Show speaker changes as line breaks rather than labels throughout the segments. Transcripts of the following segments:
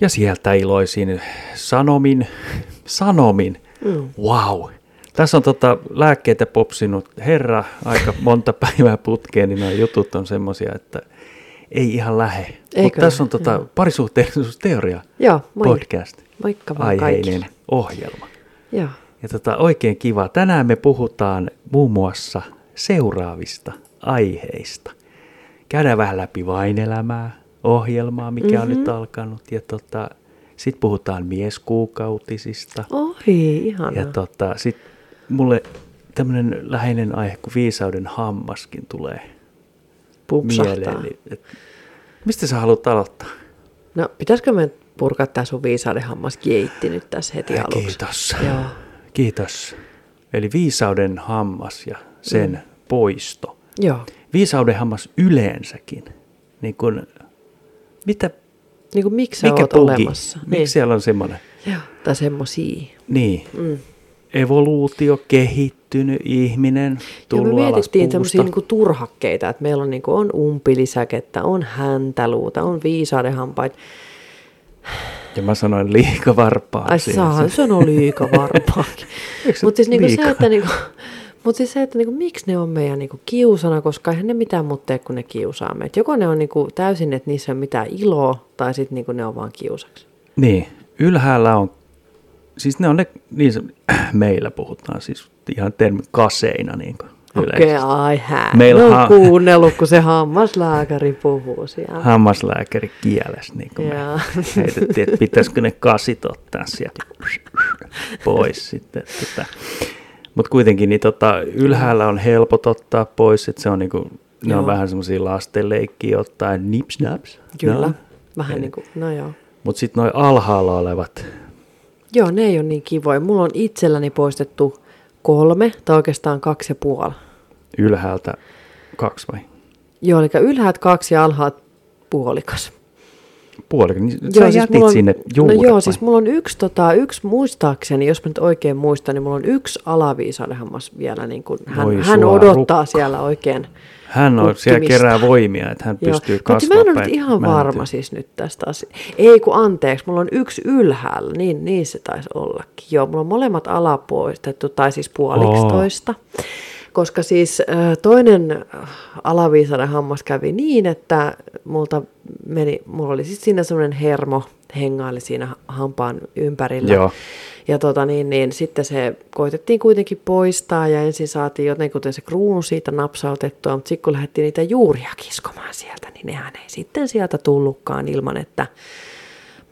Ja sieltä iloisin sanomin, sanomin, mm. wow. Tässä on tota lääkkeitä popsinut herra aika monta päivää putkeen, niin nämä jutut on semmoisia, että ei ihan lähe. Mutta tässä on tota parisuhteellisuusteoria
Joo, moi.
podcast
Moikka vaan
aiheinen
kaikille.
ohjelma.
Joo.
Ja tota, oikein kiva. Tänään me puhutaan muun muassa seuraavista aiheista. Käydään vähän läpi vain elämää, ohjelmaa, mikä mm-hmm. on nyt alkanut. Ja tota, sitten puhutaan mieskuukautisista.
Oi, ihanaa.
Ja tota, sitten mulle tämmöinen läheinen aihe kuin viisauden hammaskin tulee
Pupsahtaa.
mieleen. Niin, et, mistä sä haluat aloittaa?
No, pitäisikö me purkaa tää sun viisauden hammas kiitti nyt tässä heti
Ää,
aluksi?
Kiitos.
Joo.
Kiitos. Eli viisauden hammas ja sen mm. poisto.
Joo.
Viisauden hammas yleensäkin. Niin kun, mitä,
Niin kuin miksi sä
mikä
oot
bugi?
olemassa?
Miksi siellä on semmoinen?
niin. Joo, tai semmosia.
Niin. Mm. Evoluutio, kehittynyt ihminen,
Joo, me
tullut alas
mietittiin tämmöisiä
puusta.
niinku turhakkeita, että meillä on, niinku, on umpilisäkettä, on häntäluuta, on viisaudenhampaita.
Ja mä sanoin liikavarpaa.
Ai saahan, se on liika varmaankin.
Eikö se
Mutta siis, niinku se,
liikaa?
että niinku, mut siis se, että niinku, miksi ne on meidän niinku kiusana, koska eihän ne mitään muuta tee, kun ne kiusaa meitä. Joko ne on niinku täysin, että niissä ei ole mitään iloa, tai sitten niinku ne on vaan kiusaksi.
Niin, ylhäällä on, siis ne on ne, niin se, meillä puhutaan siis ihan termi kaseina niin kuin
Okei, okay, ai hää.
Meillä
Meillä on
ha-
kuunnellut, kun se hammaslääkäri puhuu siellä.
no. hammaslääkäri kielessä, niin kuin me
Joo.
heitettiin, että pitäisikö ne kasit ottaa sieltä pois sitten. Tota. Mutta kuitenkin niin tota, ylhäällä on helpot ottaa pois, että se on niin kuin, ne on
Joo.
vähän semmoisia lastenleikkiä ottaa nips naps.
Kyllä,
No.
vähän niin kuin, no joo.
Mutta sitten noin alhaalla olevat,
Joo, ne ei ole niin kivoja. Mulla on itselläni poistettu kolme, tai oikeastaan kaksi ja puoli.
ylhäältä kaksi vai?
Joo, eli ylhäät kaksi ja alhaat puolikas.
Puoli, niin sä
siis
jätit
mulla
on, sinne juuret
No joo,
vai?
siis mulla on yksi, tota, yksi muistaakseni, jos mä nyt oikein muistan, niin mulla on yksi alaviisaudenhammas vielä. Niin kuin
Voi
hän, hän
sua
odottaa
rukka.
siellä oikein.
Hän on, siellä
hukkimista.
kerää voimia, että hän pystyy
Mutta mä
kasvamaan.
en ole nyt
päin
ihan
mäntyä.
varma siis nyt tästä asiasta. Ei kun anteeksi, mulla on yksi ylhäällä, niin, niin se taisi ollakin. Joo, mulla on molemmat alapoistettu, tai siis puolikstoista. Koska siis äh, toinen äh, alaviisainen hammas kävi niin, että multa meni, mulla oli siis siinä semmoinen hermo, hengaili siinä hampaan ympärillä.
Joo.
Ja tota niin, niin sitten se koitettiin kuitenkin poistaa ja ensin saatiin jotenkuten se kruunu siitä napsautettua, mutta sitten kun lähdettiin niitä juuria kiskomaan sieltä, niin nehän ei sitten sieltä tullutkaan ilman, että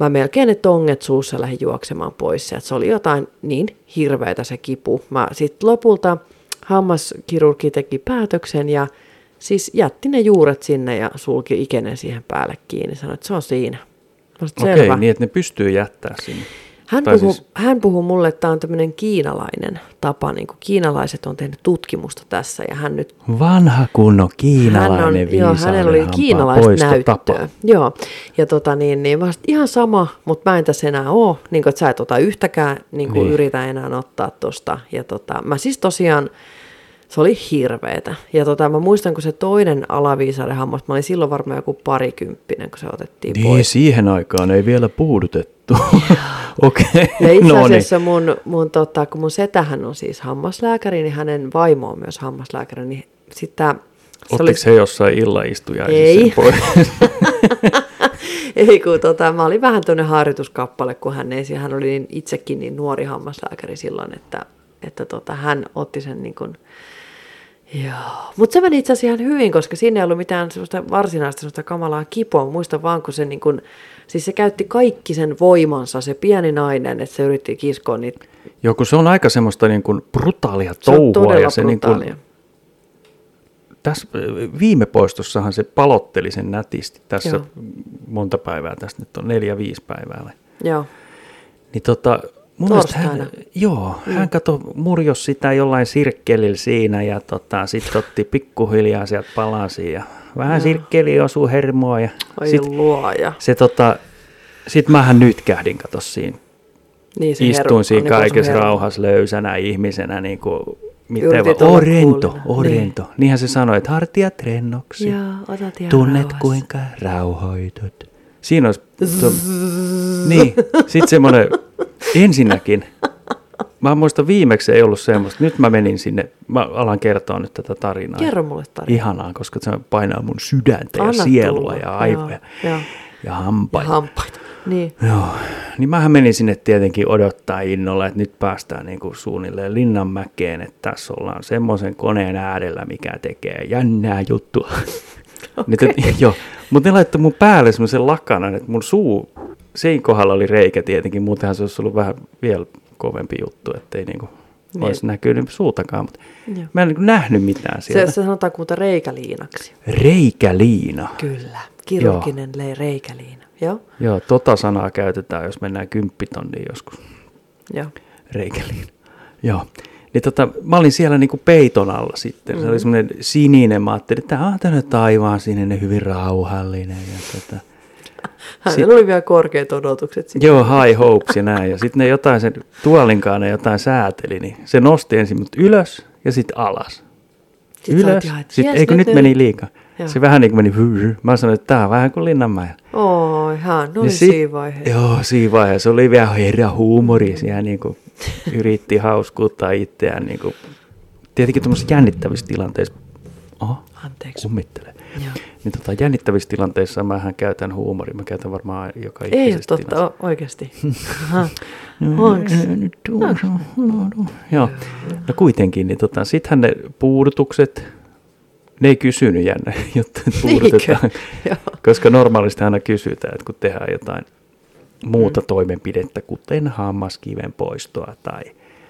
mä melkein ne tonget suussa lähdin juoksemaan pois. sieltä. se oli jotain niin hirveätä se kipu. Mä sitten lopulta hammaskirurgi teki päätöksen ja siis jätti ne juuret sinne ja sulki ikenen siihen päälle kiinni. Sanoi, että se on siinä. Mä sanoin,
Okei,
selvä.
niin että ne pystyy jättää sinne.
Hän
Tai
puhuu,
siis-
siis... hän puhuu mulle, että tämä on tämmöinen kiinalainen tapa, niin kuin kiinalaiset on tehnyt tutkimusta tässä ja hän nyt
Vanha kunno
hän
kiinalainen
on, joo,
viisauden
hänellä oli
hampaan
kiinalaista
poistotapa.
näyttöä. Joo, ja tota niin, niin vasta ihan sama, mutta mä en tässä enää ole, niin kuin, että sä et ota yhtäkään, niin kuin
Niin.
niin. yritä enää ottaa tosta. Ja tota, mä siis tosiaan, se oli hirveetä. Ja tota, mä muistan, kun se toinen alaviisauden hammas, mä olin silloin varmaan joku parikymppinen, kun se otettiin
Niin,
pois.
siihen aikaan ei vielä puudutettu. Okei,
Ja itse
no niin.
asiassa mun, mun, tota, kun mun setähän on siis hammaslääkäri, niin hänen vaimo on myös hammaslääkäri, niin sitä... Se oli,
Ottiko he jossain illaistuja
Ei.
pois?
ei kun tota, mä olin vähän tuonne harjoituskappale, kun hän ei, hän oli niin, itsekin niin nuori hammaslääkäri silloin, että, että tota, hän otti sen niin kuin, Joo, mutta se meni itse asiassa ihan hyvin, koska siinä ei ollut mitään semmoista varsinaista semmoista kamalaa kipoa. Muistan vaan, kun se, niin kun, siis se käytti kaikki sen voimansa, se pieni nainen, että se yritti kiskoa niitä
Joku se on aika semmoista niin kuin brutaalia
Se on
touhua.
todella
ja se niin
brutaalia.
kuin, tässä, viime poistossahan se palotteli sen nätisti. Tässä Joo.
Joo.
monta päivää, tässä nyt on neljä, viisi päivää. vai?
Joo.
Niin tota, mun mielestä hän,
Torstaina. Mm.
joo, hän kato, murjos sitä jollain sirkkelillä siinä ja tota, sitten otti pikkuhiljaa sieltä palasia ja vähän sirkkeli osuu hermoa ja
Oi
sit,
sit, luoja.
se tota, sit mähän nyt kähdin kato siinä.
Niin
Se Istuin
herkku,
siinä
niin kuin
kaikessa
se herkku.
rauhassa löysänä ihmisenä niin kuin, miten
Yritit
vaan,
olla
orento,
kuulina.
orento. Niin. Niinhän se sanoi, että hartiat rennoksi,
Joo, otat ihan
tunnet
rauhassa.
kuinka rauhoitut. Siinä olisi... To, niin, sitten semmoinen ensinnäkin. Mä muistan viimeksi ei ollut semmoista. Nyt mä menin sinne, mä alan kertoa nyt tätä tarinaa.
Kerro mulle tarina.
Ihanaa, koska se painaa mun sydäntä ja
Anna
sielua
tulla.
ja aivoja
Joo, joo.
ja hampaita.
Hampaita. Niin.
Joo, niin mähän menin sinne tietenkin odottaa innolla, että nyt päästään niin kuin suunnilleen Linnanmäkeen, että tässä ollaan semmoisen koneen äärellä, mikä tekee jännää juttua. Okay. joo, mutta ne laittoi mun päälle semmoisen lakanan, että mun suu, sen kohdalla oli reikä tietenkin, muutenhan se olisi ollut vähän vielä kovempi juttu, ettei niin kuin
Niin.
olisi näkynyt suutakaan, mutta
Joo.
mä en niin kuin nähnyt mitään
Se,
siellä.
se sanotaan kuuta reikäliinaksi.
Reikäliina.
Kyllä. Kirurginen le- reikäliina. Joo.
Joo, tota sanaa käytetään, jos mennään kymppitonniin joskus.
Joo.
Reikeliin. Joo. Niin tota, mä olin siellä niinku peiton alla sitten.
Mm.
Se oli semmoinen sininen. Mä ajattelin, että tämä on tämmöinen taivaan sininen, hyvin rauhallinen. Ja tota,
Hänellä oli vielä korkeat odotukset. Sitten.
joo, high hopes ja näin. Ja sitten ne jotain sen tuolinkaan ne jotain sääteli. Niin se nosti ensin mut ylös ja sitten alas.
Sit sä oot
ylös.
ihan, että
Sitten,
jes,
eikö nyt meni liikaa?
Joo.
Se vähän niin kuin meni hyy, hyy. Mä sanoin, että tämä on vähän kuin Linnanmäellä.
Oi, hän oli
Niin sit-
Niin siinä vaiheessa.
Joo, siinä vaiheessa oli vielä herra huumori. Siellä niin kuin yritti hauskuuttaa itseään. Niin kuin, tietenkin tuommoisissa jännittävissä tilanteissa. Oho,
Anteeksi.
kummittelee.
Joo.
Niin tota, jännittävissä tilanteissa mähän käytän huumoria. Mä käytän varmaan joka
Ei ole
ikisessä
totta, o- oikeasti. Aha. Onks?
Joo. No kuitenkin, niin tota, sittenhän ne puudutukset, ne ei kysynyt jännä juttu, että puudutetaan.
Joo.
Koska normaalisti aina kysytään, että kun tehdään jotain muuta
Mm.
toimenpidettä, kuten hammaskiven poistoa tai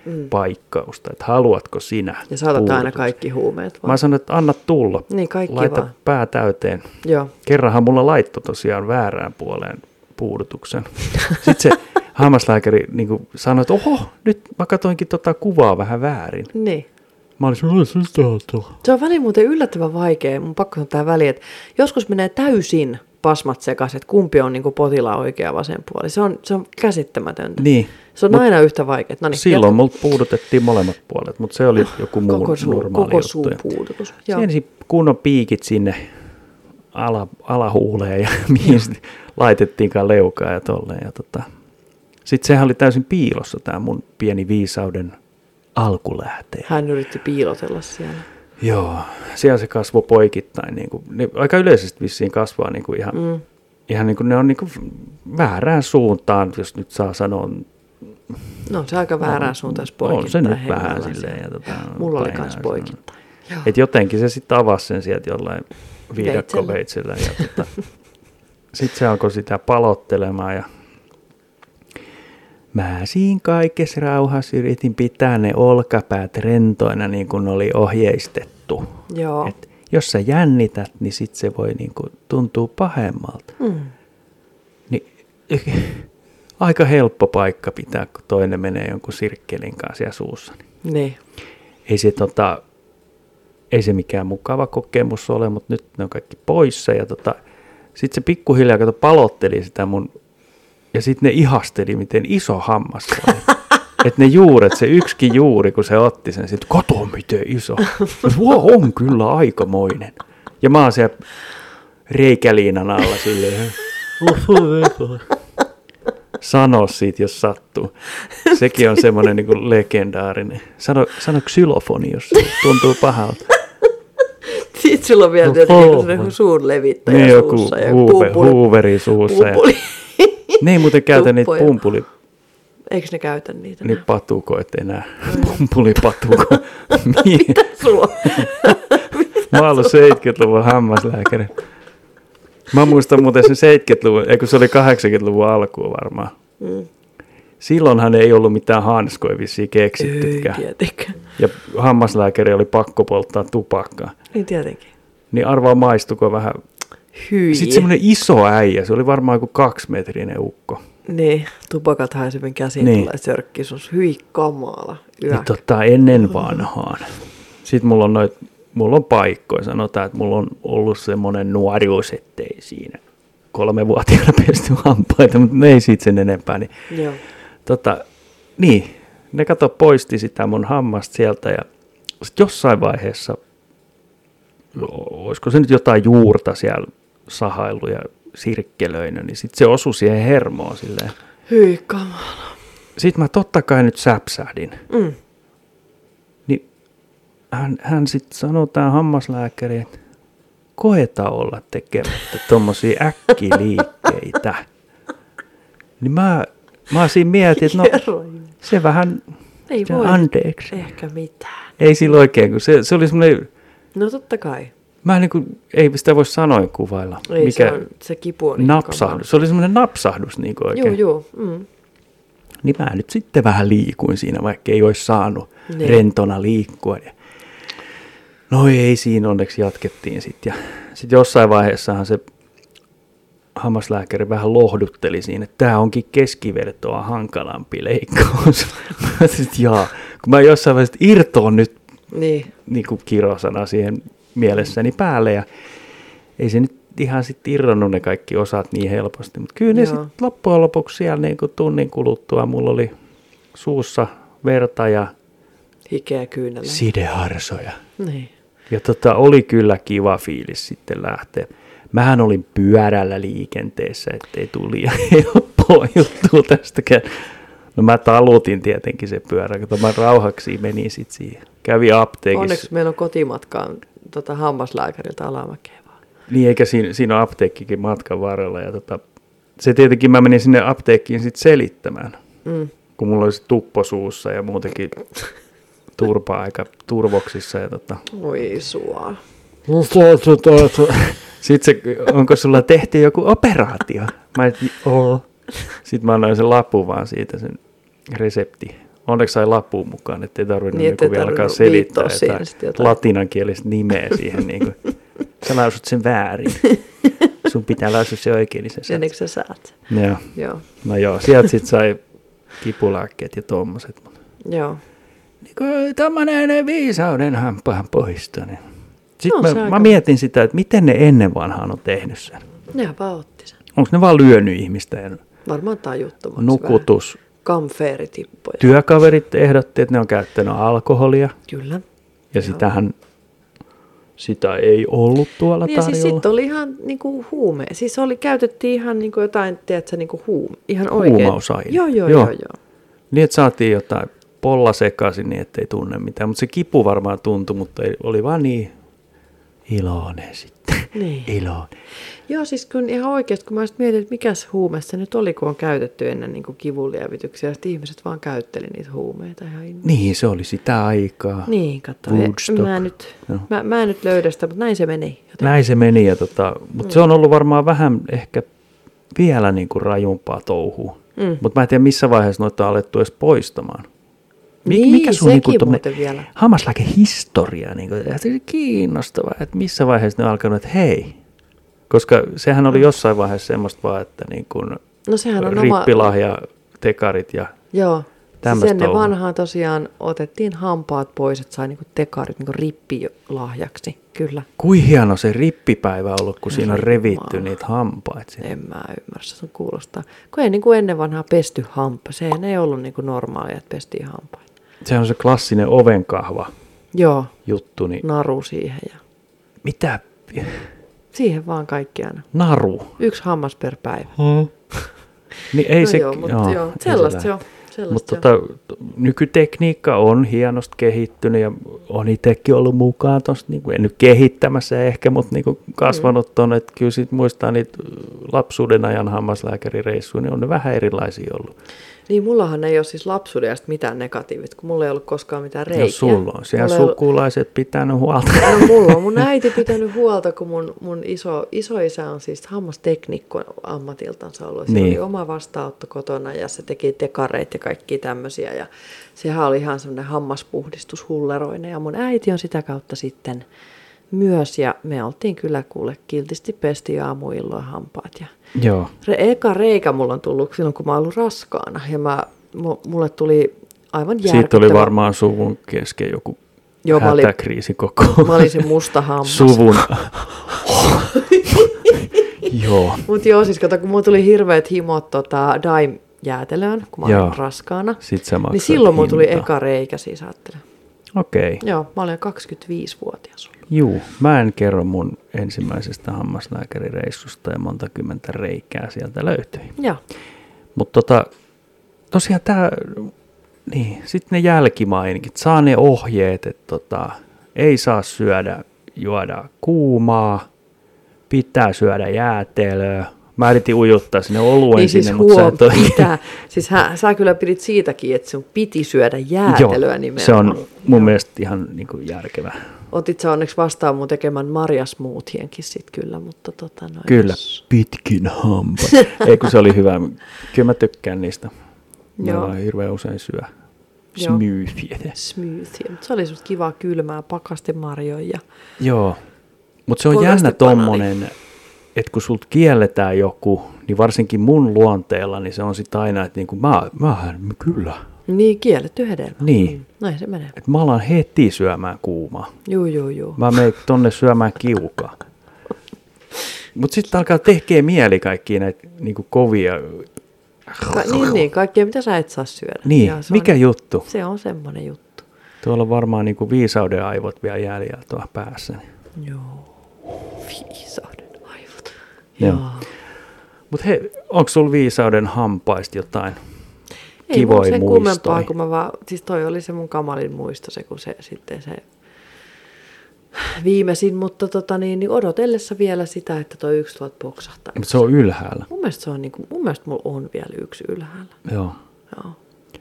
Mm.
paikkausta, että haluatko sinä
Ja saatat aina
puudutuksen?
kaikki huumeet vaan.
Mä sanoin, että anna tulla.
Niin, kaikki
Laita
vaan.
pää täyteen.
Joo.
Kerranhan mulla laitto tosiaan väärään puoleen puudutuksen. Sitten se hammaslääkäri niin sanoi, että oho, nyt mä katoinkin tota kuvaa vähän väärin.
Niin.
Mä olin sellainen, "Se on tuo."
Se on väliin muuten yllättävän vaikea. Mun pakko sanoa tähän väliin, että joskus menee täysin pasmat sekaisin, että kumpi on niin potilaan oikea ja vasen puoli. Se on, se on käsittämätöntä.
Niin.
Se on Mut aina yhtä vaikeaa. No niin,
Silloin multa puudutettiin molemmat puolet, mutta se oli joku muu
koko suu,
normaali
koko
juttu.
suun puudutus. Joo.
Se ensin kunnon piikit sinne ala, alahuuleen ja mihin sit laitettiinkaan leukaa ja tolleen. Ja tota. Sitten sehän oli täysin piilossa tämä mun pieni viisauden alkulähteen.
Hän yritti piilotella siellä.
Joo, siellä se kasvoi poikittain. Niin kuin, ne aika yleisesti vissiin kasvaa niin kuin ihan, mm. ihan niin kuin ne on niin kuin väärään suuntaan, jos nyt saa sanoa.
No se aika väärään suuntaan poikittain.
on se nyt
hengellä
vähän
siellä.
silleen. Ja tota,
Mulla oli
painaa
kans
sinne.
poikittain. Joo.
Et jotenkin se sitten avasi sen sieltä jollain
Veitsellä.
viidakkoveitsellä. Ja tota, sitten se alkoi sitä palottelemaan ja mä siinä kaikessa rauhassa yritin pitää ne olkapäät rentoina niin kuin oli ohjeistettu.
Joo.
Et jos sä jännität, niin sit se voi niinku tuntua pahemmalta.
Mm.
Niin, aika helppo paikka pitää, kun toinen menee jonkun sirkkelin kanssa ja suussa.
Niin.
Ei se, tota, ei se mikään mukava kokemus ole, mutta nyt ne on kaikki poissa. Ja tota, sitten se pikkuhiljaa kato, palotteli sitä mun, ja sitten ne ihasteli, miten iso hammas se oli. Että ne juuret, se yksikin juuri, kun se otti sen, sitten kato miten iso. Tuo on kyllä aikamoinen. Ja mä oon siellä reikäliinan alla silleen. Sano siitä, jos sattuu. Sekin on semmoinen niin legendaarinen. Sano, sano xylofoni, jos se tuntuu pahalta.
Sitten sulla on vielä
No,
tietenkin
oh,
sellainen
oh.
suun levittäjä
Niin joku
suussa ja
huuve,
pumpuli.
huuveri suussa. Ja,
pumpuli.
ne ei muuten käytä niitä
Tuppoja.
pumpuli,
Eikö ne käytä niitä?
niitä patukoita enää.
Mm.
Pumpulipatuko. Mie-
Sulla.
Mä oon ollut 70-luvun hammaslääkäri. Mä muistan muuten sen 70-luvun, eikö se oli 80-luvun alkuun varmaan.
Mm.
Silloinhan ei ollut mitään hanskoja vissiin
Ei
keksittykään.
tietenkään.
Ja hammaslääkäri oli pakko polttaa tupakkaa.
Niin tietenkin.
Niin arvaa maistuko vähän.
Hyi.
Sitten semmoinen iso äijä, se oli varmaan joku kaksimetrinen ukko.
Niin, tupakat haisevin käsiin
Niin.
tulee sörkki sun. Hyi kamala. Yä.
Niin tota, ennen vanhaan. Sitten mulla on noit, mulla on paikkoja, sanotaan, että mulla on ollut semmoinen nuoruus, ettei siinä kolme vuotiaana pesty hampaita, mutta ne ei siitä sen enempää. Niin,
Joo.
tota, niin, ne kato poisti sitä mun hammasta sieltä ja sit jossain vaiheessa, no, olisiko se nyt jotain juurta siellä sahailu ja sirkkelöinyt, niin sitten se osui siihen hermoon silleen.
Hyi kamala.
Sitten mä totta kai nyt säpsähdin.
Mm.
Niin hän, hän sitten sanoo tämä hammaslääkäri, että koeta olla tekemättä tuommoisia äkkiliikkeitä. Niin mä, mä siinä mietin, että no
Kerro ju-
se vähän
Ei
ja
voi.
anteeksi.
Ehkä mitään.
Ei sillä oikein, kun se, se oli semmoinen,
No totta kai.
mä niin kuin, ei sitä voi sanoin kuvailla.
Ei, Mikä? Se, on, se kipu on niin
napsahdus. Se oli semmoinen napsahdus niin kuin
kamala.
oikein.
Juu, juu. Mm.
Niin mä nyt sitten vähän liikuin siinä, vaikka ei olisi saanut
Niin.
niin. rentona liikkua. Ja... No ei siinä onneksi jatkettiin sitten. Ja sitten jossain vaiheessahan se hammaslääkäri vähän lohdutteli siinä, että tämä onkin keskivertoa hankalampi leikkaus. mä sit, jaa, kun mä jossain vaiheessa että irtoon nyt
Niin.
niin kuin kirosana siihen mielessäni päälle ja ei se nyt ihan sitten irronnut ne kaikki osat niin helposti, mutta kyllä ne
Joo.
sitten loppujen lopuksi siellä niin kuin tunnin kuluttua mulla oli suussa verta ja
Hikeä kyynelä. Si-
sideharsoja.
niin.
Ja tota, oli kyllä kiva fiilis sitten lähteä. Mähän olin pyörällä liikenteessä, ettei tuli liian helppoa juttua tästäkään. No mä talutin tietenkin se pyörä, kun mä rauhaksi menin sitten siihen. Kävi apteekissa.
Onneksi meillä on kotimatkaan tota, hammaslääkäriltä alamäkeä vaan.
Niin, eikä siinä, siinä ole apteekkikin matkan varrella. Ja tota, se tietenkin mä menin sinne apteekkiin sit selittämään,
Mm.
kun mulla oli se tuppo suussa ja muutenkin turpa aika turvoksissa. Ja tota.
Oi sua.
Sitten se, onko sulla tehty joku operaatio? Mä et, oo. Sitten mä annoin sen lapun vaan siitä, sen resepti. Onneksi sai lappuun mukaan, ettei tarvinnut
Niin,
niin,
ettei
niin vielä alkaa
tarvinnut
selittää
viittoa siinä
jotain,
sitten jotain.
jotain latinankielistä nimeä siihen. Niin kuin, sä lausut sen väärin. Sun pitää lausua se oikein, niin sä saat
Ennen kuin sä saat.
Joo.
Joo.
No joo, sieltä sitten sai kipulääkkeet ja tuommoiset.
Joo.
Niin tämmöinen viisauden hampaan poisto. Niin.
No,
Sitten
se
mä,
aika-
mä mietin sitä, että miten ne ennen vanhaan on tehnyt sen.
Nehän otti sen.
Onko ne vaan lyönyt ihmistä ja
Varmaan tajuttomaksi vähän.
nukutus?
Kamferitippoja.
Työkaverit ehdotti, että ne on käyttänyt alkoholia
Kyllä.
ja sitähän sitä ei ollut tuolla
Niin ja siis
tarjolla.
sitten oli ihan niinku huume. Siis oli, käytettiin ihan niinku jotain, tiedätkö, niinku huume. Ihan oikein.
Huumausaine.
Joo, joo, joo,
Joo.
joo. joo.
Niin, että saatiin jotain polla sekaisin niin, ettei tunne mitään. Mutta se kipu varmaan tuntui, mutta ei- oli vaan niin iloinen sitten.
Niin.
Ilo.
Joo, siis kun ihan oikeasti, kun mä sit mietin, että mikäs huume se nyt oli, kun on käytetty ennen niin kivunlievityksiä, että ihmiset vaan käytteli niitä huumeita ihan innolla.
Niin, se oli sitä aikaa.
Niin, katso.
Woodstock.
Mä, en nyt,
Joo.
mä, mä en nyt löydä sitä, mutta näin se meni. Joten,
Näin se meni, ja tota, mutta se on ollut varmaan vähän ehkä vielä niin kuin rajumpaa touhua.
Mm.
Mutta mä en tiedä, missä vaiheessa noita on alettu edes poistamaan.
Niin, sekin
niinku tommo-
muuten vielä.
hammaslääkehistoria, niin kuin, se on kiinnostavaa, että missä vaiheessa ne on alkanut, että hei. Koska sehän oli jossain vaiheessa semmoista vaan, että niin kuin,
no Mm. sehän on oma...
rippilahja, tekarit ja
Joo. Siis
Tämmöstä
ennen
touhua.
vanhaan tosiaan otettiin hampaat pois, että sai niinku tekarit niinku rippilahjaksi. Kyllä.
kui hieno se rippipäivä on ollut, kun siinä on
Jumala.
revitty niitä hampaita. sinne.
En mä ymmärrä, se sun kuulostaa. Kun ei niinku ennen vanhaa pesty hampa. Sehän ei ollut niinku normaalia, että pestiin hampaita.
Se on se klassinen ovenkahva
Joo,
juttu, niin
naru siihen ja
mitä?
Siihen vaan kaikki aina.
Naru.
Yksi hammas per päivä.
Niin ei
no
se,
joo, mutta joo, joo. sellaista se on. Sellaista
Mutta
se on.
tota, nykytekniikka on hienosti kehittynyt ja on itsekin ollut mukaan tuossa, niin en nyt kehittämässä ehkä, mutta niin kasvanut mm. tuonne, että kyllä sit muistaa niitä ö, lapsuuden ajan hammaslääkärireissuja, niin on ne vähän erilaisia ollut.
Niin mullahan ei ole siis lapsuudesta mitään negatiivista, kun mulla ei ollut koskaan mitään reikiä.
Jos sulla on, siellä
Mulla ei ollut-
sukulaiset pitänyt huolta.
No mulla on mun äiti pitänyt huolta, kun mun, mun iso, isoisä on siis hammasteknikko ammatiltansa ollut. Niin.
Niin.
oli oma vastaanotto kotona ja se teki tekareita ja kaikki tämmöisiä. Ja sehän oli ihan semmoinen hammaspuhdistus hulleroinen. Ja mun äiti on sitä kautta sitten myös. Ja me oltiin kyllä kuule kiltisti pesti aamuilloin hampaat ja
Joo.
Re- eka reikä mulla on tullut silloin, kun mä oon ollut raskaana. Ja mä, mu- mulle tuli aivan järkyttävä.
Siitä oli varmaan suvun kesken joku
Joo,
Joo,
mä olin-
hätäkriisi koko
Mä olin se musta hammas.
suvun. Joo.
Mutta joo, siis kato, kun mulla tuli hirveät himot tota, Daim-jäätelöön, kun mä olin
Joo.
raskaana.
Sit sä
Niin
maksoit
silloin mulla tuli
hintaa.
eka reikä, siis ajattelen.
Okei.
Joo, mä olen 25-vuotias ollut.
Juu, mä en kerro mun ensimmäisestä hammaslääkärireissusta ja monta kymmentä reikää sieltä löytyi.
Joo.
Mutta tota, tosiaan tämä, niin, sitten ne jälkimaininkit, saa ne ohjeet, että tota, ei saa syödä, juoda kuumaa, pitää syödä jäätelöä. Mä yritin ujuttaa sinne oluen
niin
sinne,
siis
mutta sä
huom,
et oikein-
pitää, siis hän, sä kyllä pidit siitäkin, että sun piti syödä jäätelöä nimenomaan.
se on mun mielestä ihan niin kuin järkevä.
Otit sä onneksi vastaan mun tekemän marjasmuutienkin sit kyllä, mutta tota noin.
Kyllä, pitkin hampa. ei kun se oli hyvä. Kyllä mä tykkään niistä. Mä
Joo.
vaan hirveän usein syö
Joo.
smoothietä.
Smoothie. Mut Se oli semmoista kivaa kylmää pakastemarjoja.
Joo, mutta se on
Kontrasti
jännä
banaani.
tommonen, että kun sulta kielletään joku, niin varsinkin mun luonteella, niin se on sitten aina, että niinku, mä, mähän, kyllä,
Niin, kielletty hedelmä.
Niin.
Mm, Näin se menee.
että mä alan heti syömään kuumaa.
Juu, juu, juu.
Mä menen tonne syömään kiukaa. Mutta sitten alkaa tekee mieli kaikki näitä niinku, kovia.
Ka- niin, niin, kaikkea mitä sä et saa syödä.
Niin,
Joo, se
mikä
on,
juttu?
Se on semmoinen juttu.
Tuolla on varmaan niinku, viisauden aivot vielä jäljellä tuolla päässäni.
Joo. Viisauden aivot.
Joo.
Joo.
Mutta hei, onko sulla viisauden hampaista jotain?
Ei mulla
Kivoin
sen
muistoi.
kummempaa, kun mä vaan, siis toi oli se mun kamalin muisto, se kun se sitten se viimeisin, mutta tota niin, niin odotellessa vielä sitä, että toi yksi tuolta poksahtaa.
Mut se on ylhäällä.
Mun mielestä se on niin kuin, mun mielestä mulla on vielä yksi ylhäällä.
Joo.
Joo.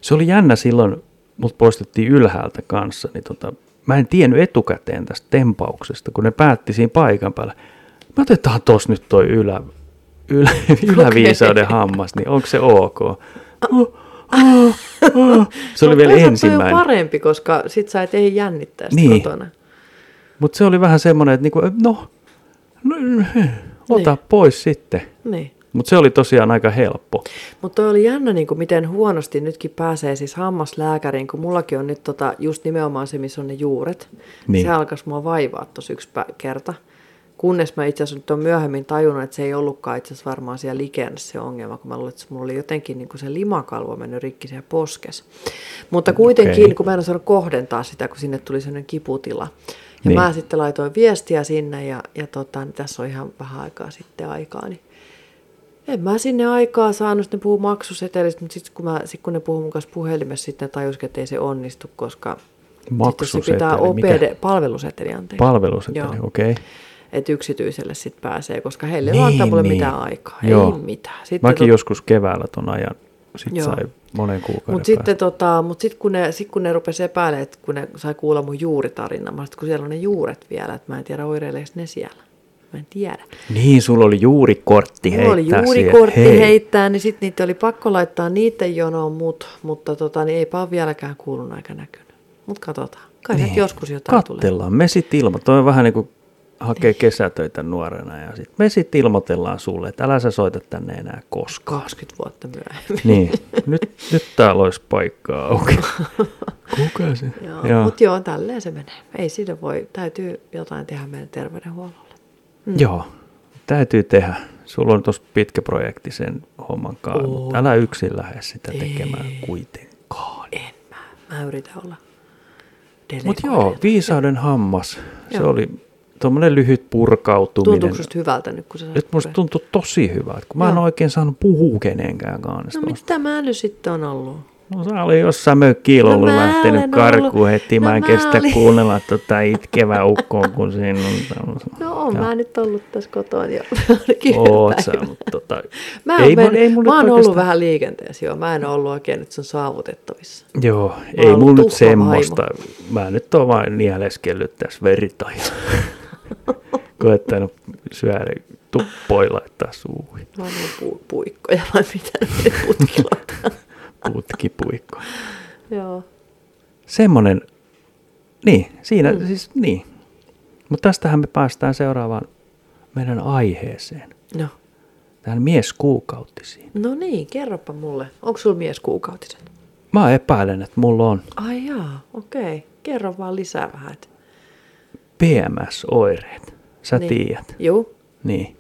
Se oli jännä silloin, mut poistettiin ylhäältä kanssa, niin tota, mä en tiennyt etukäteen tästä tempauksesta, kun ne päätti siinä paikan päällä. Mä otetaan tos nyt toi ylä, ylä, yläviisauden hammas, niin onko se ok? Se oli vielä
No toisaalta Oh. Toi on
ensimmäinen.
parempi, koska sit sä et ehdi jännittää sitä
Niin.
kotona.
Mutta se oli vähän semmoinen, että niinku, no, no, ota
Niin.
pois sitten.
Niin.
Mutta se oli tosiaan aika helppo.
Mutta toi oli jännä, niin kuin miten huonosti nytkin pääsee siis hammaslääkäriin, kun mullakin on nyt tota, just nimenomaan se, missä on ne juuret.
Niin.
Niin. Se alkas mua vaivaa tuossa yksi pä- kerta. Kunnes mä itse asiassa nyt on myöhemmin tajunnut, että se ei ollutkaan itse asiassa varmaan siellä likellä se ongelma, kun mä luulen, että mulla oli jotenkin niin kuin se limakalvo mennyt rikki siellä poskes. Mutta kuitenkin,
Okei.
okay. kun mä en osannut kohdentaa sitä, kun sinne tuli sellainen kiputila. Ja
Niin.
niin. mä sitten laitoin viestiä sinne ja, ja tota, niin tässä on ihan vähän aikaa sitten aikaa, niin en mä sinne aikaa saanut, sitten ne puhuu maksusetelistä, mutta sitten kun, mä, sit kun ne puhuu mun kanssa puhelimessa, sitten ne tajus, että ei se onnistu, koska sitten se
Maksuseteli,
pitää
mikä?
OPD, palveluseteli anteeksi.
Palveluseteli,
Joo.
okei.
että yksityiselle sitten pääsee, koska heille ei niin, antaa mulle niin. mitään aikaa, Joo. ei mitään.
Sitten Mäkin joskus keväällä ton ajan sit
Joo.
sai monen kuukauden
Mutta sitten, tota, mut sit kun ne, sit kun ne rupesi epäilemään, että kun ne sai kuulla mun juuritarina, mä sit, kun siellä on ne juuret vielä, että mä en tiedä oireileeko ne siellä. Mä en tiedä.
Niin, sulla oli juuri kortti
Mulla oli
heittää
juuri
siihen,
kortti
hei.
hei. heittää, niin sitten niitä oli pakko laittaa niiden jonoon mut, mutta tota, niin eipä ole vieläkään kuulunut eikä näkynyt. Mutta katsotaan. Kai niin. joskus jotain tulee.
Kattellaan, me sit ilmo... Toi on vähän niin kuin hakee kesätöitä nuorena ja sit me sit ilmoitellaan sulle, että älä sä soita tänne enää koskaan.
20 vuotta myöhemmin.
Niin, nyt, nyt täällä olisi paikkaa auki. Kuka se?
Joo, joo. Mutta joo, tälleen se menee. Ei siinä voi, täytyy jotain tehdä meidän terveydenhuollolle. Mm.
Joo, täytyy tehdä. Sulla on tuossa pitkä projekti sen homman kanssa, mutta älä yksin lähde sitä tekemään kuitenkaan.
En mä, mä yritän olla
Mutta
delegoida.
joo, viisauden hammas. Se
Joo.
oli tuommoinen lyhyt purkautuminen.
Tuntuuko susta hyvältä nyt, kun sä saat
Nyt musta
puheen?
tuntuu tosi hyvältä, kun mä en
Joo.
oikein saanut puhua kenenkään kanssa.
No
No,
mitä mä nyt sitten on ollut?
no sä oli jossain mökkiillä
No
ollut
mä
lähtenyt
olen
karkuun
ollut.
heti.
No
Mä en
mä
kestä
olin.
kuunnella tota itkevää ukkoa, kun siinä on...
No on
Joo.
mä nyt ollut tässä kotona jo ainakin
Oot
yhden
sä,
päivän.
mutta tota...
Mä, ei
ei mun-
mennyt,
ei mun nyt
mä oon ollut
oikeastaan-
vähän liikenteessä, joo. Mä en ole ollut oikein nyt sun saavutettavissa.
Joo, ei
oon
mulla nyt
tuhka vaimo.
semmoista. Mä nyt oon vaan nieleskellyt tässä veritaja. Koettanut syödä tuppoi laittaa suuhun.
Mä oon ollut pu- puikkoja vai mitä ne putkilla.
Putkipuikko.
joo.
Semmonen, niin, siinä mm. siis niin. Mutta tästähän me päästään seuraavaan meidän aiheeseen.
No.
Tähän mieskuukautisiin.
no niin, kerropa mulle. Onko sulla mies kuukautiset?
Mä epäilen, että mulla on
Ai jaa, okei. Kerro vaan lisää vähän. et-
PMS-oireet. Sä niin. tiedät.
Juu.
Niin.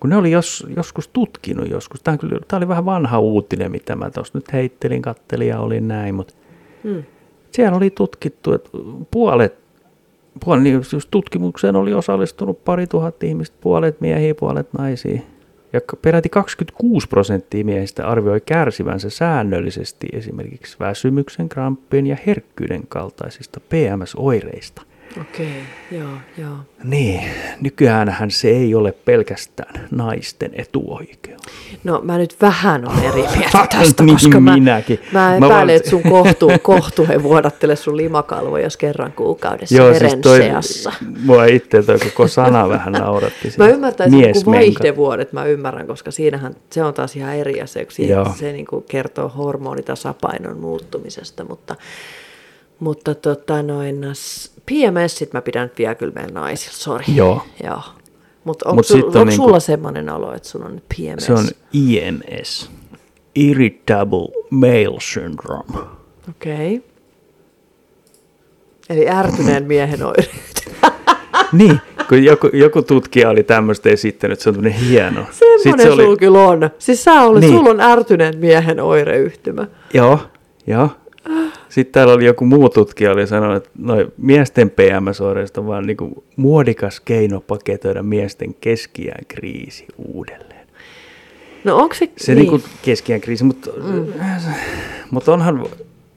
Kun ne oli jos, joskus tutkinut joskus. Tämä, kyllä, tämä oli vähän vanha uutinen, mitä mä tuossa nyt heittelin, kattelin ja olin näin, mutta
Mm.
Siellä oli tutkittu, että puolet, puolet niin just tutkimukseen oli osallistunut pari tuhat ihmistä, puolet miehiä, puolet naisia. Ja peräti 26 prosenttia miehistä arvioi kärsivänsä säännöllisesti esimerkiksi väsymyksen, kramppien ja herkkyyden kaltaisista PMS-oireista.
Okei, okay, joo, joo.
Niin, nykyäänhän se ei ole pelkästään naisten etuoikeus.
No mä nyt vähän on eri mieltä tästä,
Niin
koska mä,
minäkin.
mä
Mä
epäilen,
vaan-
että sun kohtu, kohtu he vuodattele sun limakalvoja kerran kuukaudessa
Joo,
Joo,
siis
veren
toi,
seassa.
mua itse toi koko sana vähän nauratti.
Mä
siinä.
ymmärtäisin joku
Miesmenkat.
vaihdevuodet, mä ymmärrän, koska siinähän se on taas ihan eri asia, kun
Joo.
siinä, se niin kuin kertoo hormonitasapainon muuttumisesta, mutta, mutta tota noin, nas- PMSit mä pidän nyt vielä kyllä meidän naisilla, sori.
Joo.
Joo. Mutta onko,
Mut
Mut
sit
sul,
on
onko
niinku-
sulla semmoinen olo, että sun on nyt PMS?
Se on IMS, Irritable Male Syndrome.
Okei. Okay. Eli ärtyneen miehen oireet.
Niin, kun joku, joku tutkija oli tämmöistä esittänyt, se on tämmöinen hieno. Sitten
Semmoinen
se
oli... sulla kyllä on. Siis sä olet,
Niin.
niin. sulla on ärtyneen miehen oireyhtymä.
Joo, joo. Sitten täällä oli joku muu tutkija, oli sanonut, että noi miesten PMS-oireista on vaan niinku muodikas keino paketoida miesten keskiään kriisi uudelleen.
No onko se,
Se niin. niinku keskiään kriisi, mutta mm. mut onhan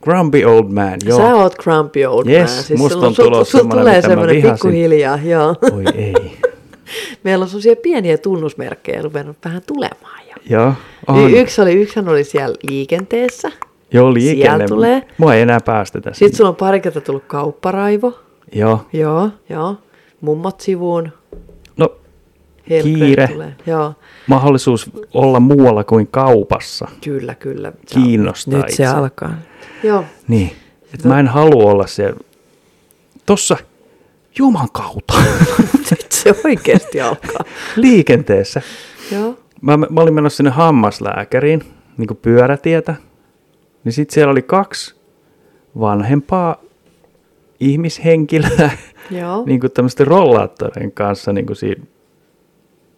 grumpy old man, joo.
Sä oot grumpy old
Yes,
man. Siis
musta
sulla-
on
sul-
tulossa
sul
semmonen,
tulee
mitä mä
semmoinen
vihasin.
pikkuhiljaa, joo.
Oi ei.
Meillä on semmoisia pieniä tunnusmerkkejä ruvennut vähän tulemaan. Ja.
joo, on.
On. Yksi oli, yksihän oli siellä liikenteessä.
joo, liikenne.
siellä tulee.
Mua ei enää päästetä.
Sitten sulla on pari kertaa tullut kaupparaivo.
Joo.
Joo, joo. Mummot sivuun.
No,
Helpeen
Kiire.
Tulee. Joo,
mahdollisuus olla muualla kuin kaupassa
kyllä, kyllä. Se on-
kiinnostaa
Nyt se
itseä.
alkaa. Joo.
Niin. Et mä en halua olla siellä. Tossa Juman kautta
Nyt se oikeasti alkaa.
liikenteessä.
Joo.
Mä, mä olin menossa sinne hammaslääkäriin, niin kuin pyörätietä. Niin sit siellä oli kaksi vanhempaa ihmishenkilöä
Joo.
niin kuin tämmöisten rollaattorien kanssa. Niin kuin siinä.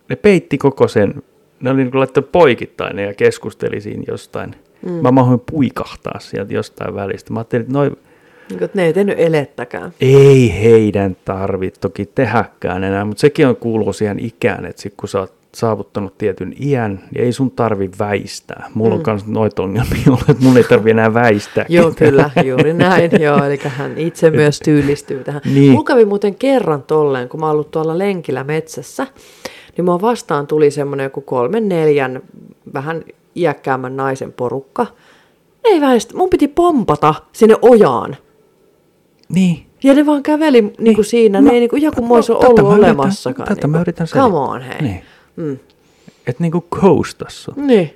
Ne peitti koko sen. Ne oli niin kuin laittanut poikittain ne ja keskusteli siinä jostain. Mm. Mä mahoin puikahtaa sieltä jostain välistä. Mä ajattelin, että noin
Niin, ne ei tehnyt elettäkään.
Ei heidän tarvitse toki tehdäkään enää, mutta sekin on kuuluu siihen ikään, että sit kun sä oot saavuttanut tietyn iän, niin ei sun tarvi väistää. Mulla mm. on myös noita ongelmia ollut, että mun ei tarvi enää väistää.
Joo,
ketään.
kyllä, juuri näin. Joo, eli hän itse myös tyylistyy tähän.
Niin.
Niin. Mulla kävi muuten kerran tolleen, kun mä oon ollut tuolla lenkillä metsässä, niin mua vastaan tuli semmoinen joku kolmen, neljän, vähän iäkkäämmän naisen porukka. Ne Ei väistä, mun piti pompata sinne ojaan.
Niin.
Ja ne vaan käveli niin kuin siinä, ne ei niin kuin, ihan kuin mä olisin
no,
ollut
tätä mä yritän-
olemassakaan.
tätä
niin
mä
kuin.
yritän
Come
selittää.
on, hei.
Niin.
Mm.
Että niinku coastas on
Niin.